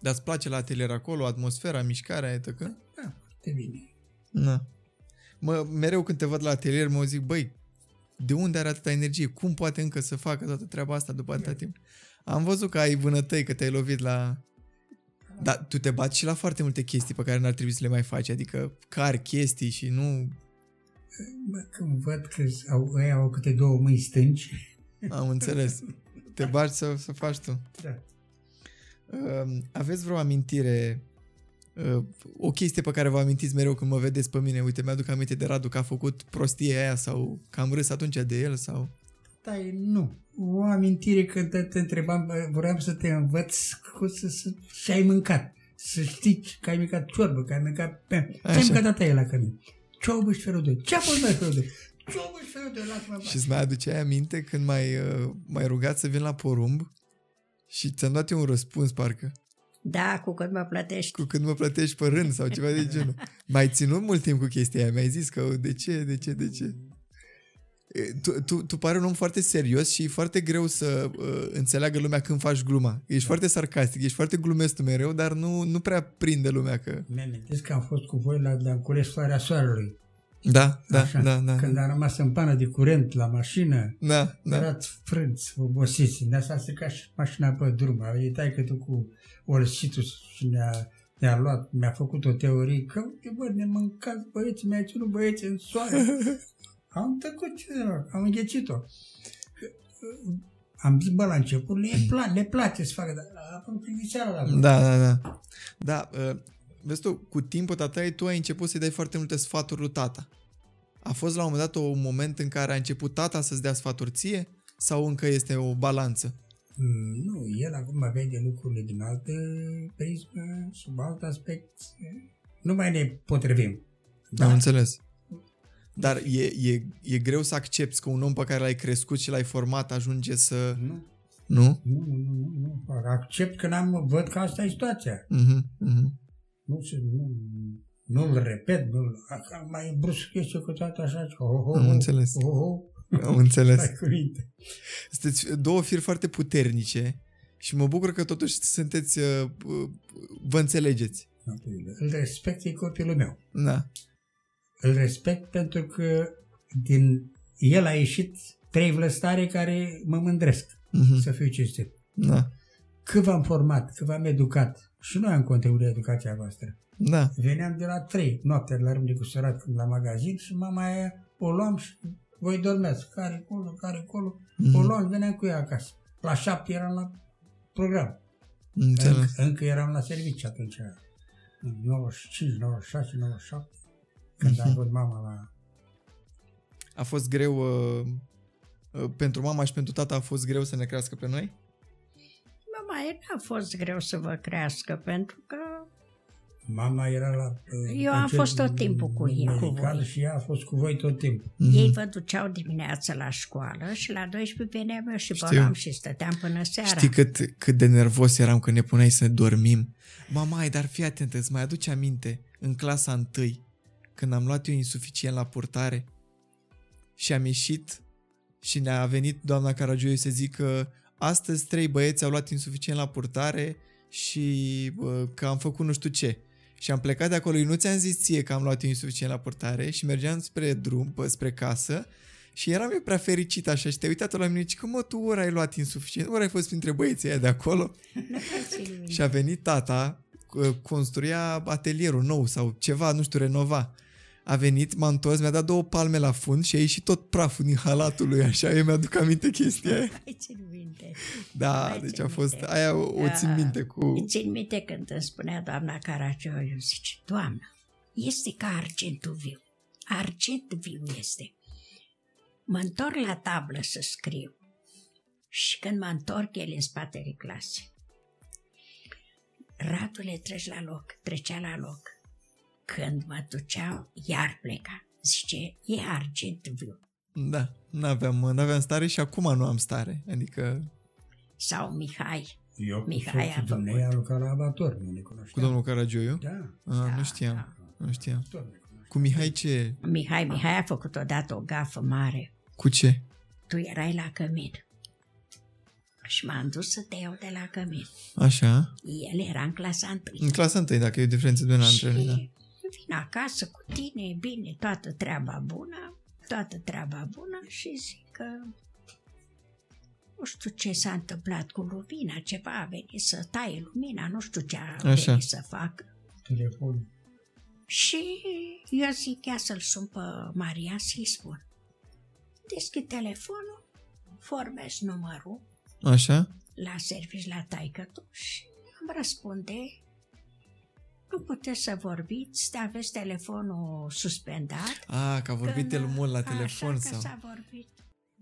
Speaker 1: Dar îți place la atelier acolo, atmosfera, mișcarea, e tăcă?
Speaker 3: da, foarte bine.
Speaker 1: Da. Mă, mereu când te văd la atelier, mă zic, băi, de unde are atâta energie? Cum poate încă să facă toată treaba asta după atâta timp? Am văzut că ai vânătăi, că te-ai lovit la... Dar tu te bați și la foarte multe chestii pe care n-ar trebui să le mai faci, adică cari chestii și nu...
Speaker 3: Bă, când văd că au, ei au câte două mâini stânci,
Speaker 1: Am înțeles. Te baci să, să faci tu.
Speaker 3: da.
Speaker 1: Uh, aveți vreo amintire, uh, o chestie pe care vă amintiți mereu când mă vedeți pe mine? Uite, mi-aduc aminte de Radu că a făcut prostia aia sau că am râs atunci de el sau...
Speaker 3: Da, e- nu. O amintire că te, te întrebam, bă, vreau să te învăț cum să, să, ce ai mâncat. Să știi că ai mâncat ciorbă, că ai mâncat pe... Ce ai
Speaker 1: Așa.
Speaker 3: mâncat data e la cămin? Ciorbă și felul de... Ce a fost mai felul de... Ciorbă și felul de... Lasă-mă în
Speaker 1: Și îți mai aduceai aminte când mai, uh, mai rugat să vin la porumb și ți-am dat eu un răspuns, parcă,
Speaker 2: Da, cu cât mă plătești.
Speaker 1: cu când mă plătești pe rând sau ceva de genul. Mai ținut mult timp cu chestia aia, mi-ai zis că "Oh, de ce, de ce, de ce. E, Tu, tu, tu pare un om foarte serios și e foarte greu să uh, înțeleagă lumea când faci gluma. Ești foarte sarcastic, ești foarte glumesc tu mereu, dar nu, nu prea prinde lumea că...
Speaker 3: Mi amintesc că am fost cu voi la, la cules floarea soarelui.
Speaker 1: Da, da, da, da.
Speaker 3: Când
Speaker 1: da,
Speaker 3: a rămas în pană de curent la mașină,
Speaker 1: da,
Speaker 3: da.
Speaker 1: da.
Speaker 3: erați frânți, obosiți. De asta a stricat și mașina pe drum. A venit taică tu cu orsitul și ne-a, ne-a luat, mi-a făcut o teorie că, uite, bă, ne mâncați băieți, mi-a ținut băieți în soare. am tăcut ce să fac, am înghețit-o. Am zis, bă, la început, le, pla- le place să facă, dar acum privit seara la
Speaker 1: Da, da, da. Da, uh, vezi tu, cu timpul tatăi tu ai început să-i dai foarte multe sfaturi lui tata. A fost la un moment dat un moment în care a început tata să-ți dea sfaturi ție sau încă este o balanță?
Speaker 3: Mm, Nu, el acum vede lucrurile din altă prismă, sub alt aspect. Nu mai ne potrivim.
Speaker 1: Da. Am înțeles. Dar e, e, e greu să accepti că un om pe care l-ai crescut și l-ai format ajunge să...
Speaker 3: Nu,
Speaker 1: Nu?
Speaker 3: nu, nu, nu, nu, nu. Accept că n-am, văd că asta e situația.
Speaker 1: Mhm, mhm.
Speaker 3: Nu, se- nu, nu-l repet, nu mai brusc este câteodată așa, "Oh, că ho, ho,
Speaker 1: Am înțeles.
Speaker 3: ho, ho,
Speaker 1: Am înțeles.
Speaker 3: oh, stai cuvinte.
Speaker 1: Sunteți două firi foarte puternice și mă bucur că totuși sunteți... uh, uh, vă înțelegeți.
Speaker 3: păi, Îl respect, e copilul meu.
Speaker 1: Da.
Speaker 3: Îl respect pentru că din el a ieșit trei vlăstare care mă mândresc,
Speaker 1: Mhm.
Speaker 3: să fiu cinstit.
Speaker 1: Da.
Speaker 3: Cât v-am format, cât v-am educat. Și noi am contribuit la educația voastră.
Speaker 1: Da.
Speaker 3: Veneam de la 3 noaptea la rând cu sărat când la magazin și mama aia o luam și voi dormeați, care colo, care colo.
Speaker 1: Mhm.
Speaker 3: Mm. O luam și veneam cu ea acasă. La 7 eram la program.
Speaker 1: Înțeles.
Speaker 3: Încă, încă eram la serviciu atunci. În 95, 96, 97. Când
Speaker 2: Mhm.
Speaker 3: a avut mama la...
Speaker 1: A fost greu uh, uh, pentru mama și pentru tata a fost greu să ne crească pe noi?
Speaker 2: Mama, e n-a fost greu să vă crească, pentru că
Speaker 3: Mama era la... uh,
Speaker 2: Eu am
Speaker 3: concediu
Speaker 2: fost tot timpul cu ea, cu
Speaker 3: medical
Speaker 2: voi.
Speaker 3: Și ea a fost cu voi tot timpul.
Speaker 1: Mhm.
Speaker 2: ei vă duceau dimineața la școală și la 12 veneam eu și
Speaker 1: Știu.
Speaker 2: bălam și stăteam până seara.
Speaker 1: Știi cât, cât de nervos eram când ne puneai să dormim? Mama, dar fii atentă, îți mai aduce aminte în clasa întâi când am luat eu insuficient la portare și am ieșit și ne-a venit doamna Caragioi să zică astăzi trei băieți au luat insuficient la portare și bă, că am făcut nu știu ce. Și am plecat de acolo, eu nu ți-am zis ție că am luat eu insuficient la portare și mergeam spre drum, pă, spre casă și eram eu prea fericit așa și te-ai uitat la mine și că mă, tu ori ai luat insuficient, ori ai fost printre băieții ăia de acolo și a venit tata, uh, construia atelierul nou sau ceva, nu știu, renova. A venit, m-a întors, mi-a dat două palme la fund și a ieșit tot praful din halatul lui, așa, eu mi-aduc aminte chestia aia.
Speaker 2: Ai țin minte.
Speaker 1: Da,
Speaker 2: Vai,
Speaker 1: deci
Speaker 2: ce
Speaker 1: a fost,
Speaker 2: minte.
Speaker 1: aia o, o țin
Speaker 2: Da.
Speaker 1: minte cu...
Speaker 2: Îi țin minte când îmi spunea doamna Caracioiu, zice, doamna, este ca argintul viu. Argint viu este. Mă întorc la tablă să scriu. Și când mă întorc, el e în spatele clasei. Radule, treci la loc, trecea la loc. Când mă duceau, iar pleca. Zice, e argint viu.
Speaker 1: Da, n-aveam, n-aveam stare și acum nu am stare, adică
Speaker 2: Sau Mihai,
Speaker 3: Eu cu
Speaker 2: Mihai a
Speaker 3: soțul
Speaker 2: făcut.
Speaker 3: dumneavoastră a lucrat la abator, nu ne
Speaker 1: cu
Speaker 3: cunoșteam.
Speaker 1: domnul Caragioi,
Speaker 3: Da,
Speaker 1: da, nu știam, nu știam.
Speaker 3: tot ne cunoșteam.
Speaker 1: Cu Mihai ce?
Speaker 2: Mihai, Mihai a făcut odată o gafă mare.
Speaker 1: Cu ce?
Speaker 2: Tu erai la cămin. Și m-am dus să te iau de la cămin.
Speaker 1: Așa.
Speaker 2: El era în clasa întâi.
Speaker 1: În clasa întâi, dacă e o diferență de un an
Speaker 2: Și
Speaker 1: între ele, da.
Speaker 2: vin acasă cu tine, e bine, toată treaba bună, toată treaba bună și zic că nu știu ce s-a întâmplat cu lumina, ceva a venit să taie lumina, nu știu ce a
Speaker 1: Așa.
Speaker 2: venit să facă.
Speaker 3: telefon.
Speaker 2: Și eu zic, ia să-l sun pe Maria să-i spun. Deschid telefonul, formez numărul
Speaker 1: da. Așa?
Speaker 2: la servici la taică și îmi răspunde nu puteți să vorbiți, dar aveți telefonul suspendat.
Speaker 1: A, Ah, că a vorbit
Speaker 2: Că
Speaker 1: el
Speaker 2: n-a-
Speaker 1: mult la
Speaker 2: așa
Speaker 1: telefon
Speaker 2: că
Speaker 1: sau...
Speaker 2: s-a vorbit.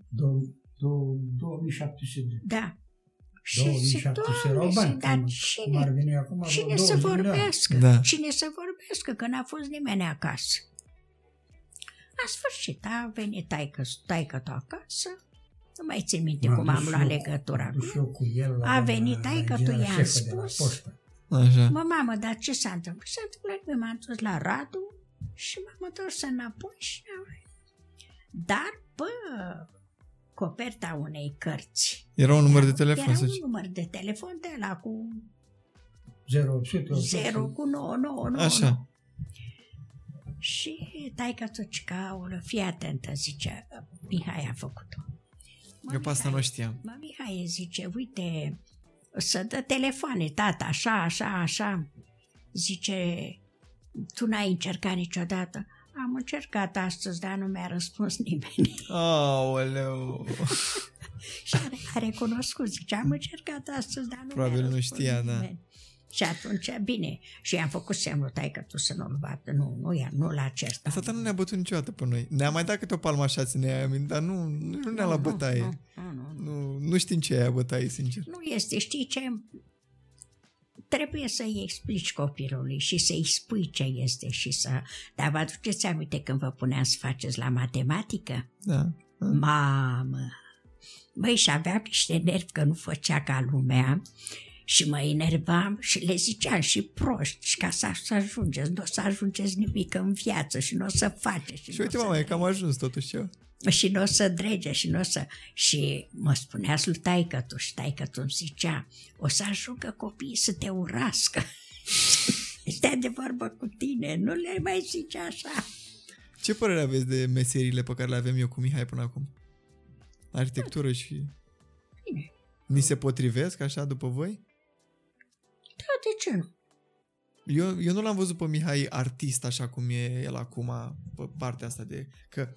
Speaker 3: Dou- dou- 2700.
Speaker 2: Da. Și zic,
Speaker 3: 2700 erau
Speaker 2: doamne,
Speaker 3: bani.
Speaker 2: zic,
Speaker 3: cam Cum
Speaker 2: dar
Speaker 3: ar
Speaker 2: cine,
Speaker 3: veni acum? vreo
Speaker 2: cine să
Speaker 3: 20 de ani.
Speaker 2: vorbească?
Speaker 1: Da.
Speaker 2: Cine să vorbească? Că n-a fost nimeni acasă. La sfârșit a venit taică, taică acasă. Nu mai țin minte
Speaker 3: M-am
Speaker 2: cum
Speaker 3: dus
Speaker 2: am
Speaker 3: și
Speaker 2: luat
Speaker 3: eu-
Speaker 2: legătura
Speaker 3: m-am dus și
Speaker 2: cu
Speaker 3: eu cu el. la-
Speaker 2: A venit
Speaker 3: la-
Speaker 2: taică,
Speaker 3: la
Speaker 2: tu
Speaker 3: era
Speaker 2: i-am
Speaker 3: șefă de la
Speaker 2: spus.
Speaker 3: poștă.
Speaker 1: Așa.
Speaker 2: Mă, mamă, dar ce s-a întâmplat? S-a întâmplat că m-am dus la Radu și m-am întors înapoi și... Dar, bă, coperta unei cărți.
Speaker 1: Era un număr de telefon,
Speaker 2: Era
Speaker 1: să
Speaker 2: un
Speaker 1: zici.
Speaker 2: număr de telefon de la cu
Speaker 3: 0800.
Speaker 2: 0 cu 9, 9, 9.
Speaker 1: Așa.
Speaker 2: Și taica Tsuchika, fii atentă, zice, Mihai a făcut-o. Mă,
Speaker 1: Eu pe asta nu
Speaker 2: Mihai,
Speaker 1: știam.
Speaker 2: Mă, Mihai zice, uite, să dă telefoane, tata, așa, așa, așa. Zice, tu n-ai încercat niciodată? Am încercat astăzi, dar nu mi-a răspuns nimeni.
Speaker 1: Aoleu.
Speaker 2: Și a, a recunoscut, zice, am încercat astăzi, dar nu
Speaker 1: Probabil
Speaker 2: mi-a
Speaker 1: nu
Speaker 2: răspuns
Speaker 1: știa, da.
Speaker 2: nimeni. Și atunci, bine, și i-am făcut semnul, tai că tu să nu-l bată, nu, nu, i-am- nu l-a certat.
Speaker 1: Asta nu ne-a bătut niciodată pe noi. Ne-a mai dat câte o palmă așa, ținea aia, dar nu, nu ne-a luat bătaie.
Speaker 2: Nu, nu, nu,
Speaker 1: Nu,
Speaker 2: nu.
Speaker 1: nu știm ce e aia bătaie, sincer.
Speaker 2: Nu este, știi ce? Trebuie să-i explici copilului și să-i spui ce este și să... Dar vă aduceți aminte când vă puneam să faceți la matematică?
Speaker 1: Da.
Speaker 2: Mamă! Băi, și aveam niște nervi că nu făcea ca lumea și mă enervam și le ziceam și proști și ca să, să ajungeți, nu o să ajungeți nimic în viață și nu o să faceți.
Speaker 1: Și
Speaker 2: n-o
Speaker 1: uite,
Speaker 2: să
Speaker 1: mama, e că am ajuns totuși eu.
Speaker 2: și nu o să drege și nu o să... Și mă spunea lui taică tu și taică tu îmi zicea, o să ajungă copiii să te urască. Stea de vorbă cu tine, nu le mai zici așa.
Speaker 1: Ce părere aveți de meserile pe care le avem eu cu Mihai până acum? Arhitectură și...
Speaker 2: Bine.
Speaker 1: Ni se potrivesc așa după voi?
Speaker 2: Da, de ce nu?
Speaker 1: Eu, eu nu l-am văzut pe Mihai artist așa cum e el acum pe partea asta de... Că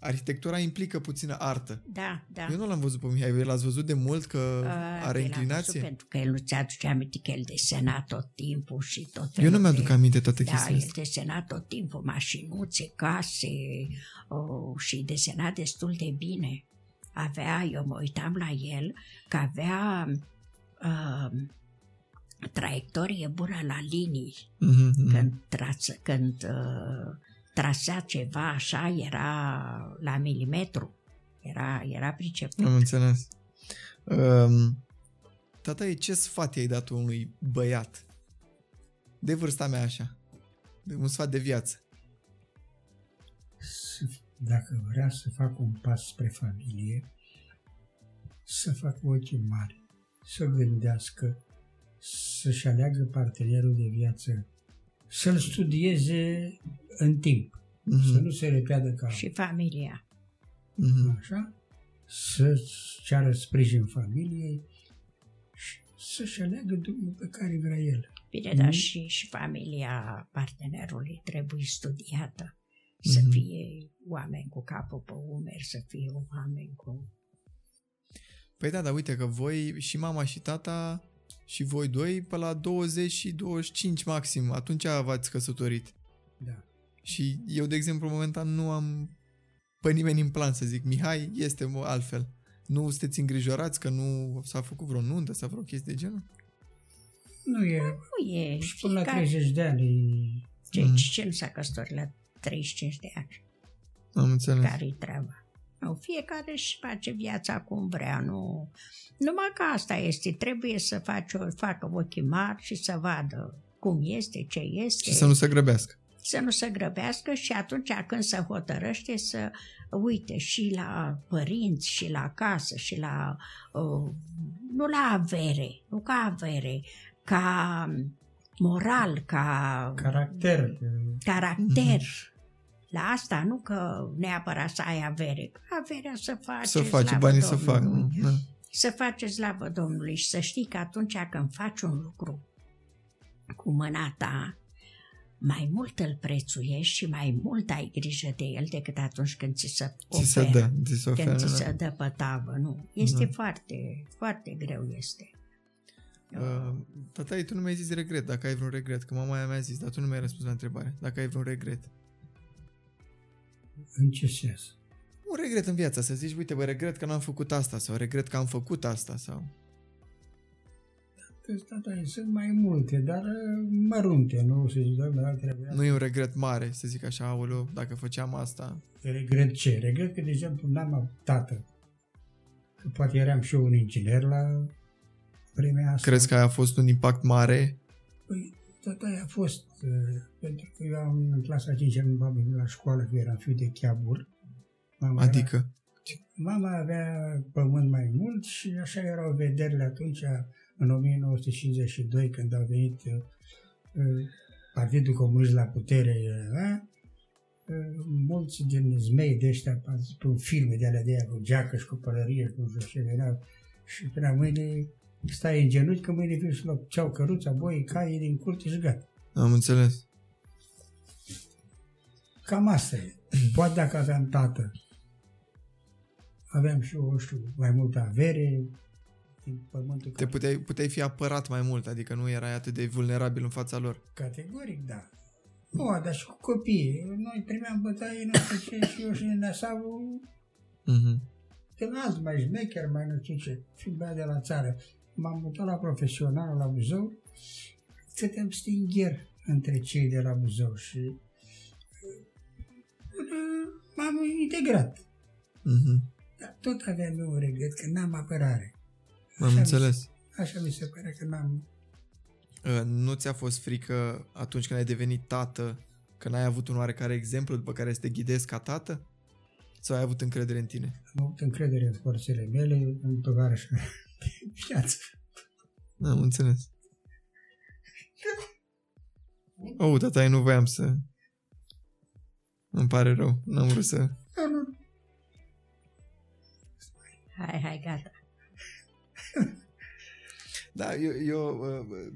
Speaker 1: arhitectura implică puțină artă.
Speaker 2: Da, da.
Speaker 1: Eu nu l-am văzut pe Mihai. Voi L-ați văzut de mult că
Speaker 2: Uh,
Speaker 1: Păi, are
Speaker 2: el a văzut
Speaker 1: inclinație?
Speaker 2: Pentru că el nu ți-aduce aminte că el desena tot timpul și tot
Speaker 1: Eu nu
Speaker 2: felul
Speaker 1: mi-aduc
Speaker 2: de-
Speaker 1: aminte toate
Speaker 2: Da,
Speaker 1: chestiile
Speaker 2: el
Speaker 1: astea.
Speaker 2: desena tot timpul mașinuțe, case oh, și desena destul de bine. Avea, eu mă uitam la el, că avea uh, traiectorie bună la linii.
Speaker 1: Mhm, mhm.
Speaker 2: Când, trață, când uh, trasea ceva așa, era la milimetru. Era, era priceput.
Speaker 1: Am înțeles. Um, tataie, ce sfat i-ai dat unui băiat? De vârsta mea așa. De un sfat de viață.
Speaker 3: să- Dacă vrea să fac un pas spre familie, să facă ochii mari, să gândească, să-și aleagă partenerul de viață, să-l studieze în timp, să
Speaker 1: Mhm,
Speaker 3: nu se repeadă ca
Speaker 2: Și familia.
Speaker 1: mhm.
Speaker 3: așa, să-ți ceară sprijin familiei și să-și aleagă drumul pe care vrea el.
Speaker 2: Bine,
Speaker 1: Mhm.
Speaker 2: dar și, și familia partenerului trebuie studiată. Să
Speaker 1: Mhm.
Speaker 2: fie oameni cu capul pe umeri, să fie oameni cu...
Speaker 1: Păi da, dar uite că voi și mama și tata și voi doi pe la 20 și 25 maxim, atunci v-ați căsătorit.
Speaker 3: Da.
Speaker 1: Și eu, de exemplu, momentan nu am pe nimeni în plan să zic, Mihai este mo- altfel. Nu sunteți îngrijorați că nu s-a făcut vreo nuntă sau vreo chestie de genul?
Speaker 3: Nu e,
Speaker 2: Nu e
Speaker 3: și până la
Speaker 2: fiecare.
Speaker 3: 30 de ani
Speaker 2: Ce, ce nu s-a căsătorit la 35 de ani?
Speaker 1: Am înțeles.
Speaker 2: Care-i treaba? Nu, fiecare își face viața cum vrea, nu... Numai că asta este, trebuie să faci o, facă ochii mari și să vadă cum este, ce este.
Speaker 1: Și să nu se grăbească.
Speaker 2: să nu se grăbească și atunci când se hotărăște să uite și la părinți și la casă și la uh, nu la avere, nu ca avere, ca moral, ca
Speaker 3: Caracter.
Speaker 2: caracter.
Speaker 1: Mhm.
Speaker 2: La asta nu că neapărat să ai avere, că averea să faci.
Speaker 1: Să faci, banii să fac. Da.
Speaker 2: Să faci slavă Domnului și să știi că atunci când faci un lucru cu mâna ta, mai mult îl prețuiești și mai mult ai grijă de el decât atunci când ți se
Speaker 1: Ți
Speaker 2: oferă.
Speaker 1: se dă, ți se da.
Speaker 2: când ți
Speaker 1: oferă.
Speaker 2: se dă pe tavă, nu. Este foarte, foarte greu este.
Speaker 1: da. Uh, Tataie, tu nu mi-ai zis regret, dacă ai vreun regret, că mama mea a zis, dar tu nu mi-ai răspuns la întrebare, dacă ai vreun regret.
Speaker 3: În ce sens?
Speaker 1: Un regret în viața, să zici, uite, bă, regret că n-am făcut asta sau regret că am făcut asta sau...
Speaker 3: Că tata, da, e, sunt mai multe, dar ă, mărunte, nu se zice, doamne, dar trebuia
Speaker 1: Nu e un regret mare, să zic așa, aoleu, dacă făceam asta.
Speaker 3: Regret ce? Regret că, de exemplu, n-am avut tată. Că poate eram și eu un inginer la vremea asta.
Speaker 1: Crezi că a fost un impact mare?
Speaker 3: Păi, tot aia a fost, uh, pentru că eu am în clasa 5 am m-am venit la școală, că eram fiu de cheabur. Mama era-
Speaker 1: Adică,
Speaker 3: mama avea pământ mai mult și așa erau vederile atunci, în 1952, când a venit uh, uh, Partidul Comunist la putere, uh, uh, mulți din zmei de ăștia participau în filme de alea de aia cu geacă și cu pălărie, cu jos și veneau și până mâine stai în genunchi că mâine vii și loc ceau căruța, boi, caii din curte și gata.
Speaker 1: am înțeles.
Speaker 3: Cam asta e. Poate dacă aveam tată, aveam și eu, nu știu, mai multă avere, din pământul
Speaker 1: Te puteai, puteai fi apărat mai mult, adică nu erai atât de vulnerabil în fața lor.
Speaker 3: Categoric, da. Nu, dar și cu copiii. Noi primeam bătaie, nu știu ce, și eu și Nenasavu,
Speaker 1: Mm-hmm.
Speaker 3: de la alți mai șmecher, mai nu știu ce, și bea de la țară. M-am mutat la profesional, la Buzău, stăteam stingher între cei de la Buzău și uh, m-am integrat.
Speaker 1: Mm-hmm.
Speaker 3: Dar tot aveam eu un regret că n-am apărare.
Speaker 1: Am
Speaker 3: Așa
Speaker 1: înțeles.
Speaker 3: Așa mi se pare că n-am...
Speaker 1: Uh, Nu ți-a fost frică atunci când ai devenit tată, că n-ai avut un oarecare exemplu după care să te ghidezi ca tată? Sau ai avut încredere în tine?
Speaker 3: am avut încredere în forțele mele, în tovarășa de viață.
Speaker 1: Am înțeles. Oh, tata, nu voiam să... Îmi pare rău, n-am vrut să...
Speaker 3: Nu, nu, nu.
Speaker 2: Hai, hai, gata.
Speaker 1: Da, eu, eu uh,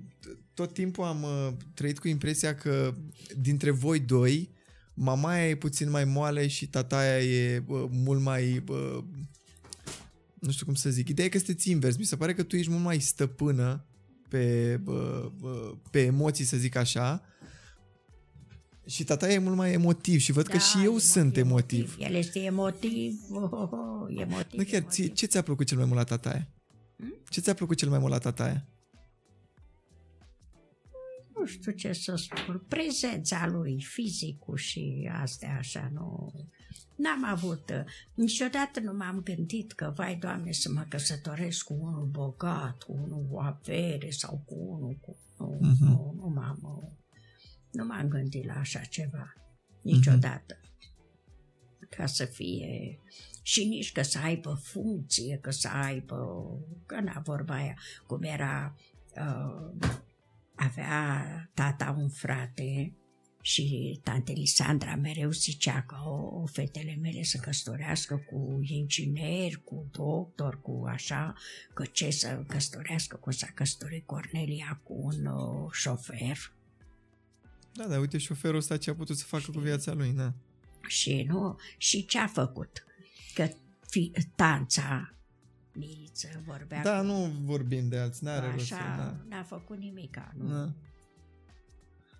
Speaker 1: tot timpul am uh, trăit cu impresia că dintre voi doi, mamaia e puțin mai moale și tataia e uh, mult mai... uh, Nu știu cum să zic. Ideea e că sunteți invers. Mi se pare că tu ești mult mai stăpână pe, uh, uh, pe emoții, să zic așa. Și tataia e mult mai Da, emotiv și văd că și eu sunt emotiv.
Speaker 2: Da, El este emotiv, oh, oh, oh, emotiv.
Speaker 1: Nu chiar, ție,
Speaker 2: emotiv.
Speaker 1: ce ți-a plăcut cel mai mult la tataia?
Speaker 2: Hmm?
Speaker 1: Ce ți-a plăcut cel mai mult la tataia?
Speaker 2: nu știu ce să spun, prezența lui, fizicul și astea așa, nu... N-am avut, uh, niciodată nu m-am gândit că, vai Doamne, să mă căsătoresc cu unul bogat, cu unul cu avere sau cu unul cu... Nu, nu, nu m-am... uh, Nu m-am gândit la așa ceva, niciodată. Ca să fie... Și nici că să aibă funcție, că să aibă... Că n-a vorba aia, cum era... Uh, avea tata un frate și tante Lisandra mereu zicea că o, o, fetele mele se căsătorească cu inginer, cu doctor, cu așa, că ce să căsătorească, cum s-a căsătorit Cornelia cu un uh, șofer.
Speaker 1: Da, dar uite șoferul ăsta ce a putut să facă cu viața lui, na.
Speaker 2: Și nu, și ce a făcut? Că fi, tanța Miliță vorbea
Speaker 1: Da, nu vorbim de alții,
Speaker 2: cu
Speaker 1: n-are rost să...
Speaker 2: așa,
Speaker 1: Da.
Speaker 2: n-a făcut nimica, nu?
Speaker 1: Da.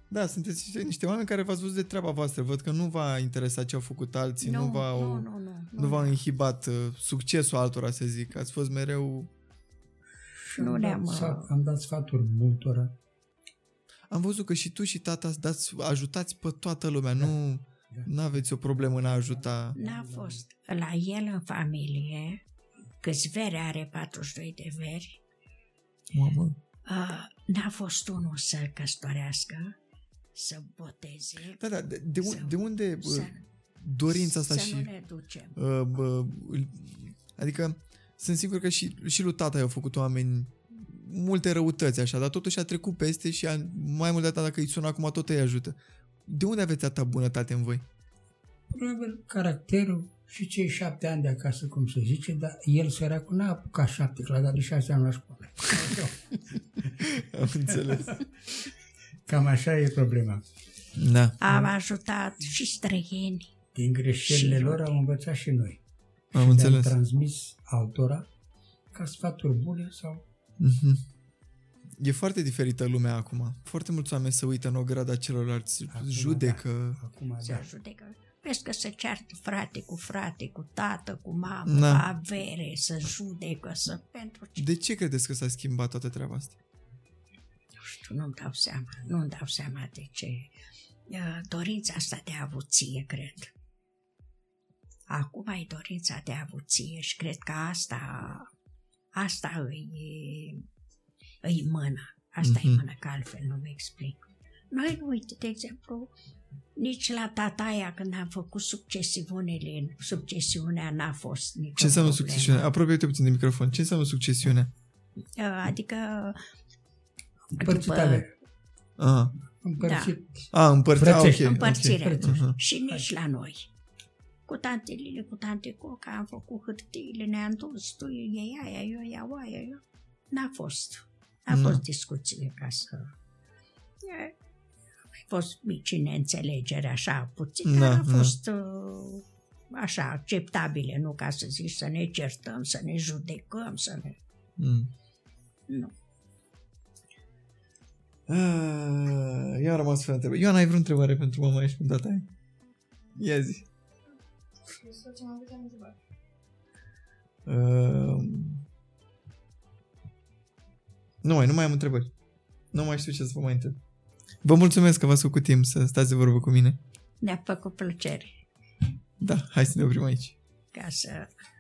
Speaker 1: da, sunteți niște oameni care v-ați dus de treaba voastră. Văd că nu v-a interesat ce au făcut alții, nu, v-a,
Speaker 2: nu, nu, nu,
Speaker 1: nu v-a inhibat uh, succesul altora, să zic. Ați fost mereu...
Speaker 3: Și
Speaker 2: Nu
Speaker 3: am
Speaker 2: ne-am,
Speaker 3: dat
Speaker 2: uh,
Speaker 3: sfat- Am dat sfaturi multora.
Speaker 1: Am văzut că și tu și tata ați dați, ajutați pe toată lumea. Nu nu aveți o problemă în a ajuta.
Speaker 2: N-a fost. La el în familie, câți veri are, 42 de veri,
Speaker 1: Mamă.
Speaker 2: uh, n-a fost unul să căsătorească să boteze,
Speaker 1: Da, da, de, de, un-
Speaker 2: Să-
Speaker 1: de unde bă,
Speaker 2: să,
Speaker 1: dorința asta
Speaker 2: să
Speaker 1: și...
Speaker 2: nu ne ducem.
Speaker 1: Uh, bă, îl- adică sunt sigur că și, și lui tata i-au făcut oameni multe răutăți așa, dar totuși a trecut peste și a, mai mult de atât dacă îi sună acum tot îi ajută. De unde aveți atâta bunătate în voi?
Speaker 3: Probabil caracterul și cei șapte ani de acasă, cum se zice, dar el săracul n-a apucat șapte, că l-a dat de șase ani la școală.
Speaker 1: Am înțeles.
Speaker 3: Cam așa e problema.
Speaker 1: Da,
Speaker 2: Am ajutat și străini.
Speaker 3: Din greșelile lor am învățat și noi.
Speaker 1: am
Speaker 3: Și le-am
Speaker 1: înțeles.
Speaker 3: transmis altora ca sfaturi bune sau
Speaker 1: Mhm. E foarte diferită lumea acum. Foarte mulți oameni se uită în ograda celorlalți,
Speaker 3: Acum, da.
Speaker 1: judecă.
Speaker 3: acum
Speaker 2: Se
Speaker 3: da.
Speaker 2: judecă. Vezi că se ceartă frate cu frate, cu tată, cu mamă,
Speaker 1: Da.
Speaker 2: da. avere, să judecă, să pentru ce.
Speaker 1: De ce credeți că s-a schimbat toată treaba asta?
Speaker 2: Nu știu, nu-mi dau seama. Nu-mi dau seama de ce. Uh, Dorința asta de avuție, cred. Acum e dorința de avuție și cred că asta, asta îi, îi mâna. Asta mm-hmm.
Speaker 1: Mhm.
Speaker 2: e mâna, că altfel nu mă explic. Noi, uite, de exemplu, nici la tataia când am făcut succesiunile, succesiunea n-a fost nicio
Speaker 1: Ce înseamnă
Speaker 2: problemă.
Speaker 1: succesiunea? Apropie-te puțin de microfon. Ce înseamnă succesiunea?
Speaker 2: Uh, Adică
Speaker 3: Împărțit
Speaker 2: După-
Speaker 3: ale.
Speaker 1: Ah,
Speaker 3: Împărțit.
Speaker 1: a împărțirea.
Speaker 3: Frățești,
Speaker 1: Okay,
Speaker 2: împărțirea.
Speaker 3: ok.
Speaker 2: Okay.
Speaker 1: Mhm.
Speaker 2: Și nici la noi. Cu tante Lili, cu tante Coca, am făcut hârtiile, ne-am dus, tu ei aia, eu iau aia, eu. N-a fost. N-a
Speaker 1: Nu.
Speaker 2: fost discuție ca să... E, Au fost mici neînțelegeri, așa, puțin,
Speaker 1: Da,
Speaker 2: dar
Speaker 1: da.
Speaker 2: a fost uh, așa, acceptabile, nu ca să zici să ne certăm, să ne judecăm, să ne...
Speaker 1: Mm.
Speaker 2: Nu.
Speaker 1: Ah, Eu am rămas fără întrebări. Ioana, ai vreo întrebare pentru mama și pentru tata? ai? Ia zi. Uh, nu mai, nu mai am întrebări. Nu mai știu ce să vă mai întreb. Vă mulțumesc că v-ați făcut timp să stați de vorbă cu mine.
Speaker 2: Ne-a făcut plăcere
Speaker 1: Da, hai să ne oprim aici.
Speaker 2: ca să